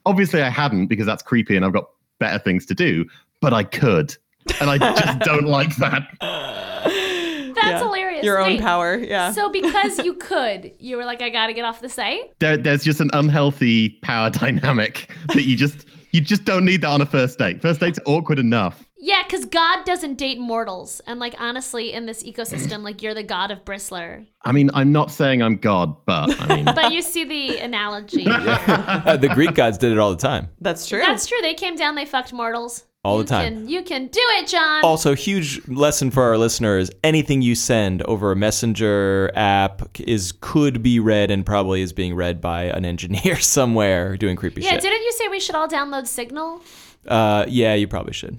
obviously I hadn't, because that's creepy and I've got better things to do, but I could. And I just don't like that.
That's hilarious.
Your own
Wait,
power. Yeah.
So because you could, you were like, I gotta get off the site.
There, there's just an unhealthy power dynamic that you just you just don't need that on a first date. First date's awkward enough.
Yeah, because God doesn't date mortals, and like honestly, in this ecosystem, like you're the god of Bristler.
I mean, I'm not saying I'm God, but I mean,
But you see the analogy.
Uh, the Greek gods did it all the time.
That's true.
That's true. They came down, they fucked mortals
All the
You
time.
can- you can do it, John.
Also, huge lesson for our listeners: anything you send over a messenger app is could be read and probably is being read by an engineer somewhere doing creepy
yeah,
shit.
didn't you say we should all download Signal?
uh, yeah, you probably should.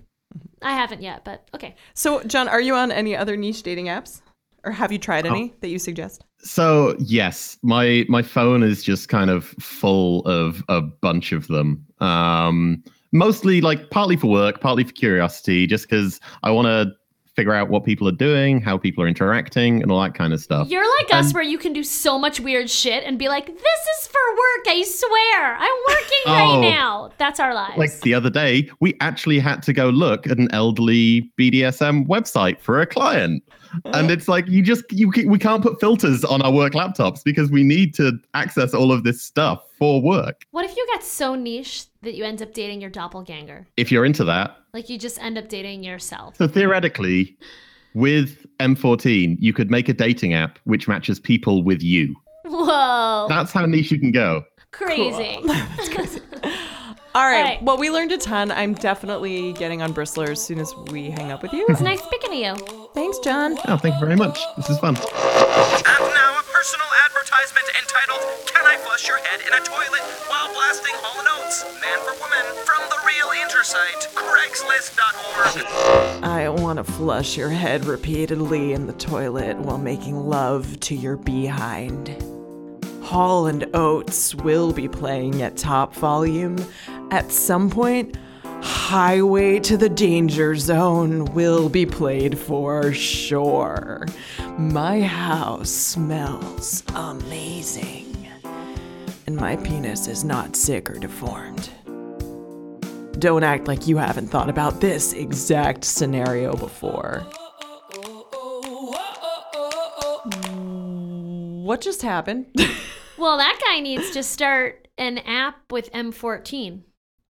I haven't yet, but okay.
So, John, are you on any other niche dating apps? Or have you
Oh.
tried any that you suggest?
So yes, my my phone is just kind of full of a bunch of them. Um, mostly like partly for work, partly for curiosity, just because I want to figure out what people are doing, how people are interacting, and all that kind of stuff.
You're like us, where you can do so much weird shit and be like, "This is for work. I swear, I'm working
Oh.
right now." That's our lives.
like the other day, we actually had to go look at an elderly BDSM website for a client. And it's like you just you ca- we can't put filters on our work laptops because we need to access all of this stuff for work.
what if you got so niche that you end up dating your doppelganger?
If you're into that,
Like you just end up dating yourself.
So theoretically, with M14, you could make a dating app which matches people with you.
Whoa,
That's how niche you can go.
crazy.
All right.
All right.
Well, we learned a ton. I'm definitely getting on Bristler as soon as we hang up with you.
It's nice speaking to you.
Thanks, John.
Oh, thank you very much. This is fun.
And now a personal advertisement entitled Can I Flush Your Head in a Toilet While Blasting Hall & Oates, Man for Woman, from the real intersite, Craigslist.org.
I want to flush your head repeatedly in the toilet while making love to your behind. Hall and Oates will be playing at top volume. At some point, Highway to the Danger Zone will be played for sure. My house smells amazing. And my penis is not sick or deformed. Don't act like you haven't thought about this exact scenario before. What just happened?
Well, that guy needs to start an app with M14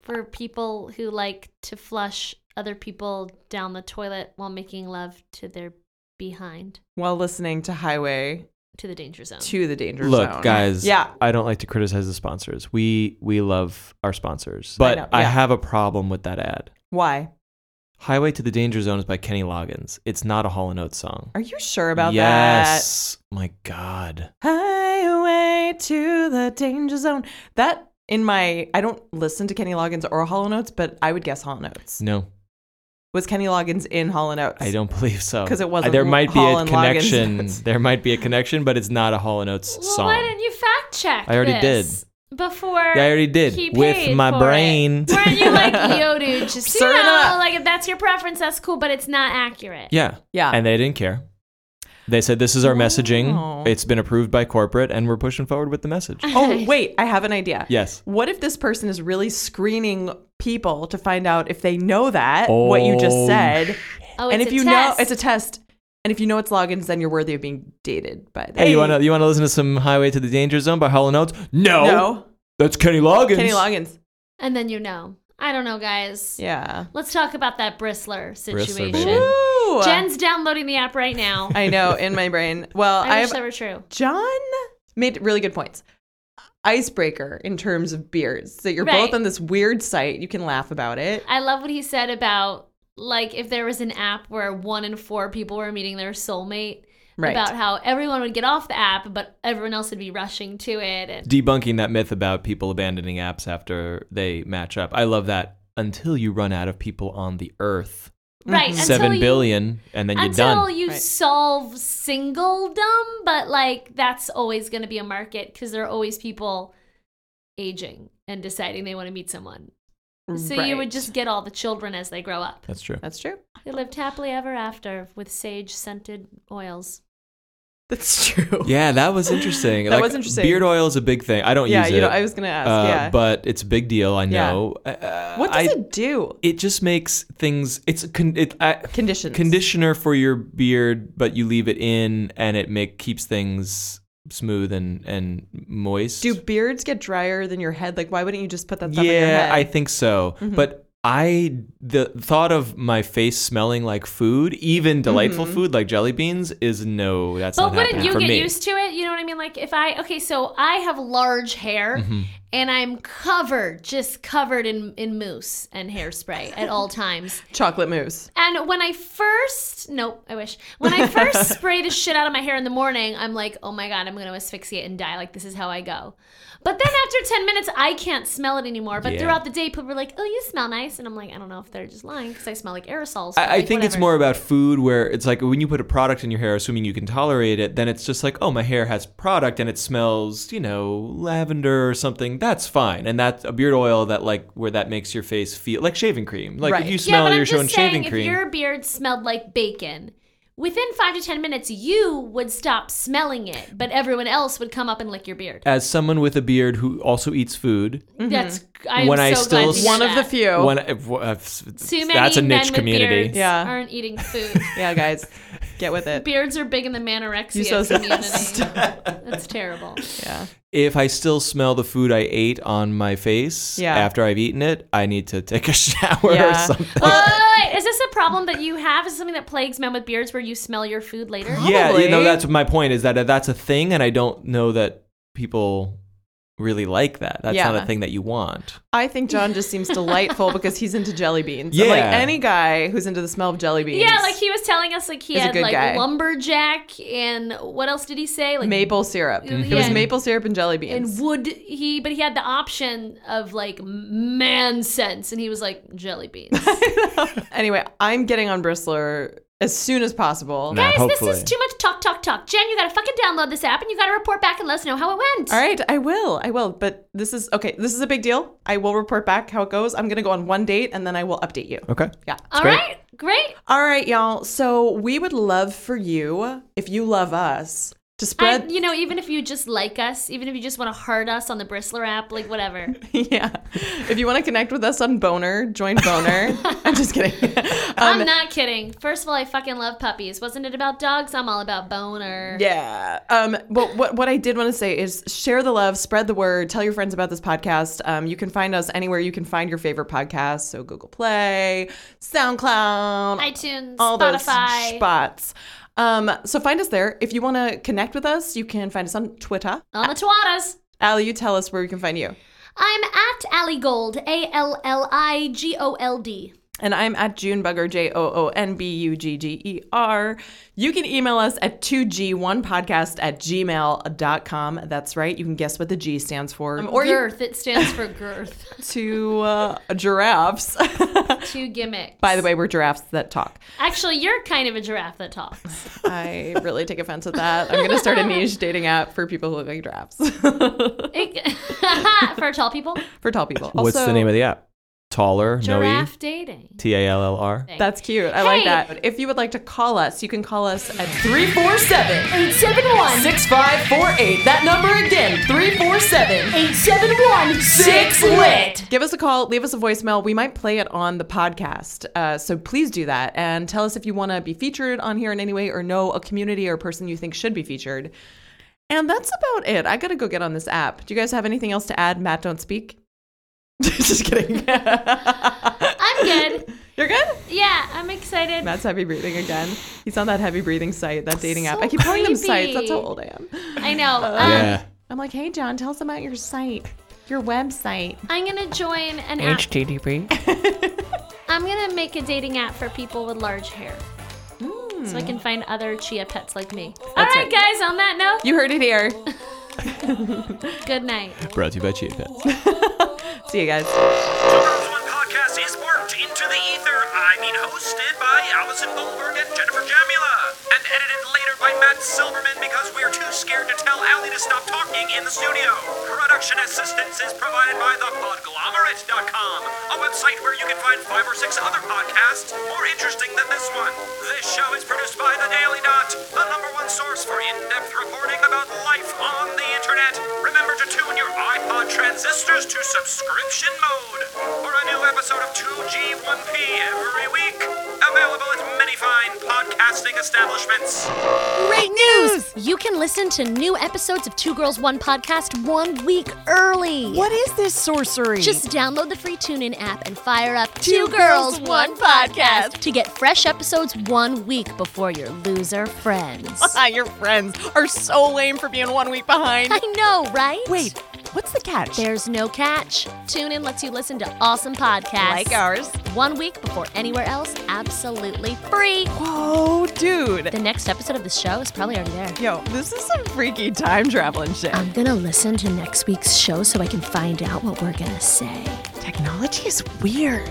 for people who like to flush other people down the toilet while making love to their behind
While listening to Highway
to the danger zone.
to the Danger Zone.
Look, guys.
Yeah.
I don't like to criticize the sponsors. We we love our sponsors, but
know,
I
yeah.
have a problem with that ad.
Why?
"Highway to the Danger Zone" is by Kenny Loggins. It's not a Hall and Oates song.
Are you sure about that?
yes. My God.
Highway to the Danger Zone. That in my I don't listen to Kenny Loggins or Hollow Notes, but I would guess Hollow Notes.
No,
Was Kenny Loggins in Hollow Notes?
I don't believe so.
'Cause it wasn't
There might be
Hall
a
and Loggins.
connection. there might be a connection, but it's not a Hall and Oates
well,
song.
why didn't you fact check?
I already
this Before
Yeah, I already did.
he
With
paid
my
for it?
brain.
Weren't you like, yo, dude, just you
Serve it
know,
up.
like if that's your preference, that's cool, but it's not accurate.
Yeah.
Yeah.
And they didn't care. They said this is
Oh.
our messaging.
Wow.
It's been approved by corporate, and we're pushing forward with the message.
Oh, wait, I have an idea.
Yes.
What if this person is really screening people to find out if they know that, what you just
Oh,
said?
Oh,
and
it's
if
a
you
test.
know, it's a test. And if you know it's logins, then you're worthy of being dated by them.
Hey, you wanna you wanna listen to some Highway to the Danger Zone by Hall and Oates? No,
No.
that's Kenny Loggins.
Kenny Loggins.
and then you know. I don't know, guys.
Yeah.
Let's talk about that Bristler
baby.
situation.
Ooh.
Jen's downloading the app right now.
I know, in my brain. Well,
I
I
wish
have
that were true.
John made really good points. Icebreaker in terms of beards. So you're
Right.
both on this weird site. You can laugh about it.
I love what he said about like if there was an app where one in four people were meeting their soulmate.
Right.
About how everyone would get off the app, but everyone else would be rushing to it. And
Debunking that myth about people abandoning apps after they match up. I love that. Until you run out of people on the earth,
right,
seven
until
billion, and then
You,
you're
until
done.
you
Right.
solve singledom, but like that's always going to be a market because there are always people aging and deciding they want to meet someone. So you
Right.
would just get all the children as they grow up.
That's true.
That's true.
They lived happily ever after with sage scented oils.
That's true.
Yeah, that was interesting.
That
Like,
was interesting.
Beard oil is a big thing. I don't
Yeah,
use it.
you know, I was gonna ask,
uh,
yeah.
but it's a big deal. I
Yeah.
know. Uh,
What does
I-
it do?
It just makes things. It's a con- it, I,
Conditions.
conditioner for your beard, but you leave it in, and it make keeps things smooth and and moist.
Do beards get drier than your head? Like, why wouldn't you just put that stuff in your
yeah,
head? Mm-hmm.
I think so. But I the thought of my face smelling like food, even delightful
Mm-hmm.
food like jelly beans, is no. That's
But
not
wouldn't
happening
you
for
get
me.
used to it? You know what I mean? Like if I okay, so I have large hair
Mm-hmm.
and I'm covered, just covered in in mousse and hairspray at all times.
chocolate mousse.
And when I first nope, I wish. When I first spray the shit out of my hair in the morning, I'm like, oh my god, I'm gonna asphyxiate and die. Like this is how I go. But then after ten minutes I can't smell it anymore. But
Yeah.
throughout the day people were like, Oh, you smell nice and I'm like, I don't know if if they're just lying because I smell like aerosols. but,
I, I
like,
think it's
whatever.
more about food where it's like when you put a product in your hair, assuming you can tolerate it, then it's just like, oh, my hair has product and it smells, you know, lavender or something. That's fine. And that's a beard oil that like where that makes your face feel like shaving cream. Like
Right.
if you
Yeah,
smell
yeah, but
your
I'm
show in
just saying,
shaving
if
cream.
your beard smelled like bacon, within five to ten minutes you would stop smelling it, but everyone else would come up and lick your beard.
As someone with a beard who also eats food,
That's I'm
Mm-hmm. When
so
I still
glad you
s-
did
One of
that.
the few.
when if- if-
Too many
that's a
men
niche
with
community.
beards
Yeah.
aren't eating food.
yeah, guys, get with it.
Beards are big in the manorexia
You so
community. That's terrible.
Yeah.
If I still smell the food I ate on my face
Yeah.
after I've eaten it, I need to take a shower or
Yeah.
something.
But is this a problem that you have? Is this something that plagues men with beards where you smell your food later?
Yeah, you know
Probably.
that's my point is that uh, that's a thing, and I don't know that people really like that. That's not
Yeah.
a thing that you want.
I think John just seems delightful because he's into jelly beans. I'm
Yeah.
Like any guy who's into the smell of jelly beans.
Yeah, like he was telling us like he
He's a
had
good
like
guy.
lumberjack and what else did he say? Like
maple syrup. It
Yeah.
was maple syrup and jelly
and
beans.
would he but he had the option of like man sense and he was like jelly beans. Guys,
anyway, I'm getting on Bristler as soon as possible.
Nah, hopefully.
this is too much talk talk talk. Jen, you gotta fucking download this app and you gotta report back and let us know how it went.
All right, I will. I will. But this is okay. This is a big deal. I will report back how it goes. I'm going to go on one date and then I will update you.
Okay.
Yeah.
All
great.
right, great.
All right, y'all. So we would love for you, if you love us, to
I,
spread.
you know, even if you just like us, even if you just want to hurt us on the Bristler app, like
Um,
whatever.
yeah. If you want to connect with us on Boner, join Boner. I'm just kidding. Um,
I'm not kidding. First of all, I fucking love puppies. Wasn't it about dogs? I'm all about boner.
Yeah. Um, but what, what I did want to say is share the love, spread the word, tell your friends about this podcast. Um, you can find us anywhere you can find your favorite podcast. So Google Play, SoundCloud,
iTunes,
all
Spotify.
those spots. Um, so find us there. If you want to connect with us, you can find us on Twitter.
on the Twadas.
Allie, you tell us where we can find you.
I'm at Allie Gold, A L L I G O L D.
And I'm at Junebugger, J O O N B U G G E R. You can email us at 2G1podcast at gmail.com. That's right. You can guess what the G stands for. Um, or you-
Girth, it stands for girth.
to uh, giraffes.
Two gimmicks.
By the way, we're giraffes that talk.
Actually, you're kind of a giraffe that talks.
I really take offense at that. I'm going to start a niche dating app for people who look like giraffes
It- for tall people,
for tall people.
What's
Also,
the name of the app? Taller, no e.
giraffe dating.
T a l l r.
That's cute. I like
Hey!
that. If you would like to call us, you can call us at 347
871
6548. That number again 347
871
lit. Give us a call, leave us a voicemail. We might play it on the podcast. Uh, so please do that and tell us if you want to be featured on here in any way or know a community or person you think should be featured. And that's about it. I got to go get on this app. Do you guys have anything else to add? Matt, don't speak. Just kidding.
I'm good.
You're good?
Yeah, I'm excited.
Matt's heavy breathing again. He's on that heavy breathing site, that dating app.
So
I keep calling them sites.
creepy.
That's how old I am.
I know.
Uh,
Um,
Yeah.
I'm like, hey, John, tell us about your site, your website.
I'm gonna join an app.
HTTP.
I'm gonna make a dating app for people with large hair.
Hmm.
So I can find other chia pets like me. All right, guys, on that note,
You heard it here.
good night.
Brought to you by Chia Pets.
See you guys.
The Girls One podcast is worked into the ether. I mean, hosted by Allison Goldberg and Jennifer Jamula, and edited later by Matt Silverman because we're too scared to tell Allie to stop talking in the studio. Production assistance is provided by thepodglomerate.com, a website where you can find five or six other podcasts more interesting than this one. This show is produced by The Daily Dot, the number one source for in-depth reporting about life on the internet. Remember to tune your iPod transistors to subscription mode for a new episode of 2G1P every week. Available at many fine podcasting establishments.
Great news! You can listen to new episodes of Two Girls One Podcast one week early.
What is this sorcery?
Just download the free TuneIn app and fire up Two, Girls, One Podcast to get fresh episodes one week before your loser friends.
Ah, your friends are so lame for being one week behind.
I know, right?
Wait, what's the catch?
There's no catch. TuneIn lets you listen to awesome podcasts.
Like ours.
One week before anywhere else, absolutely free.
Oh, dude.
The next episode of the show is probably already there.
Yo, this is some freaky time traveling shit.
I'm gonna listen to next week's show so I can find out what we're gonna say.
Technology is weird.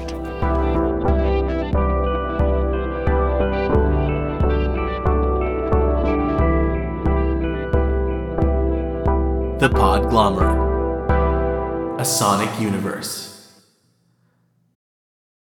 The Podglomerate. A Sonic Universe.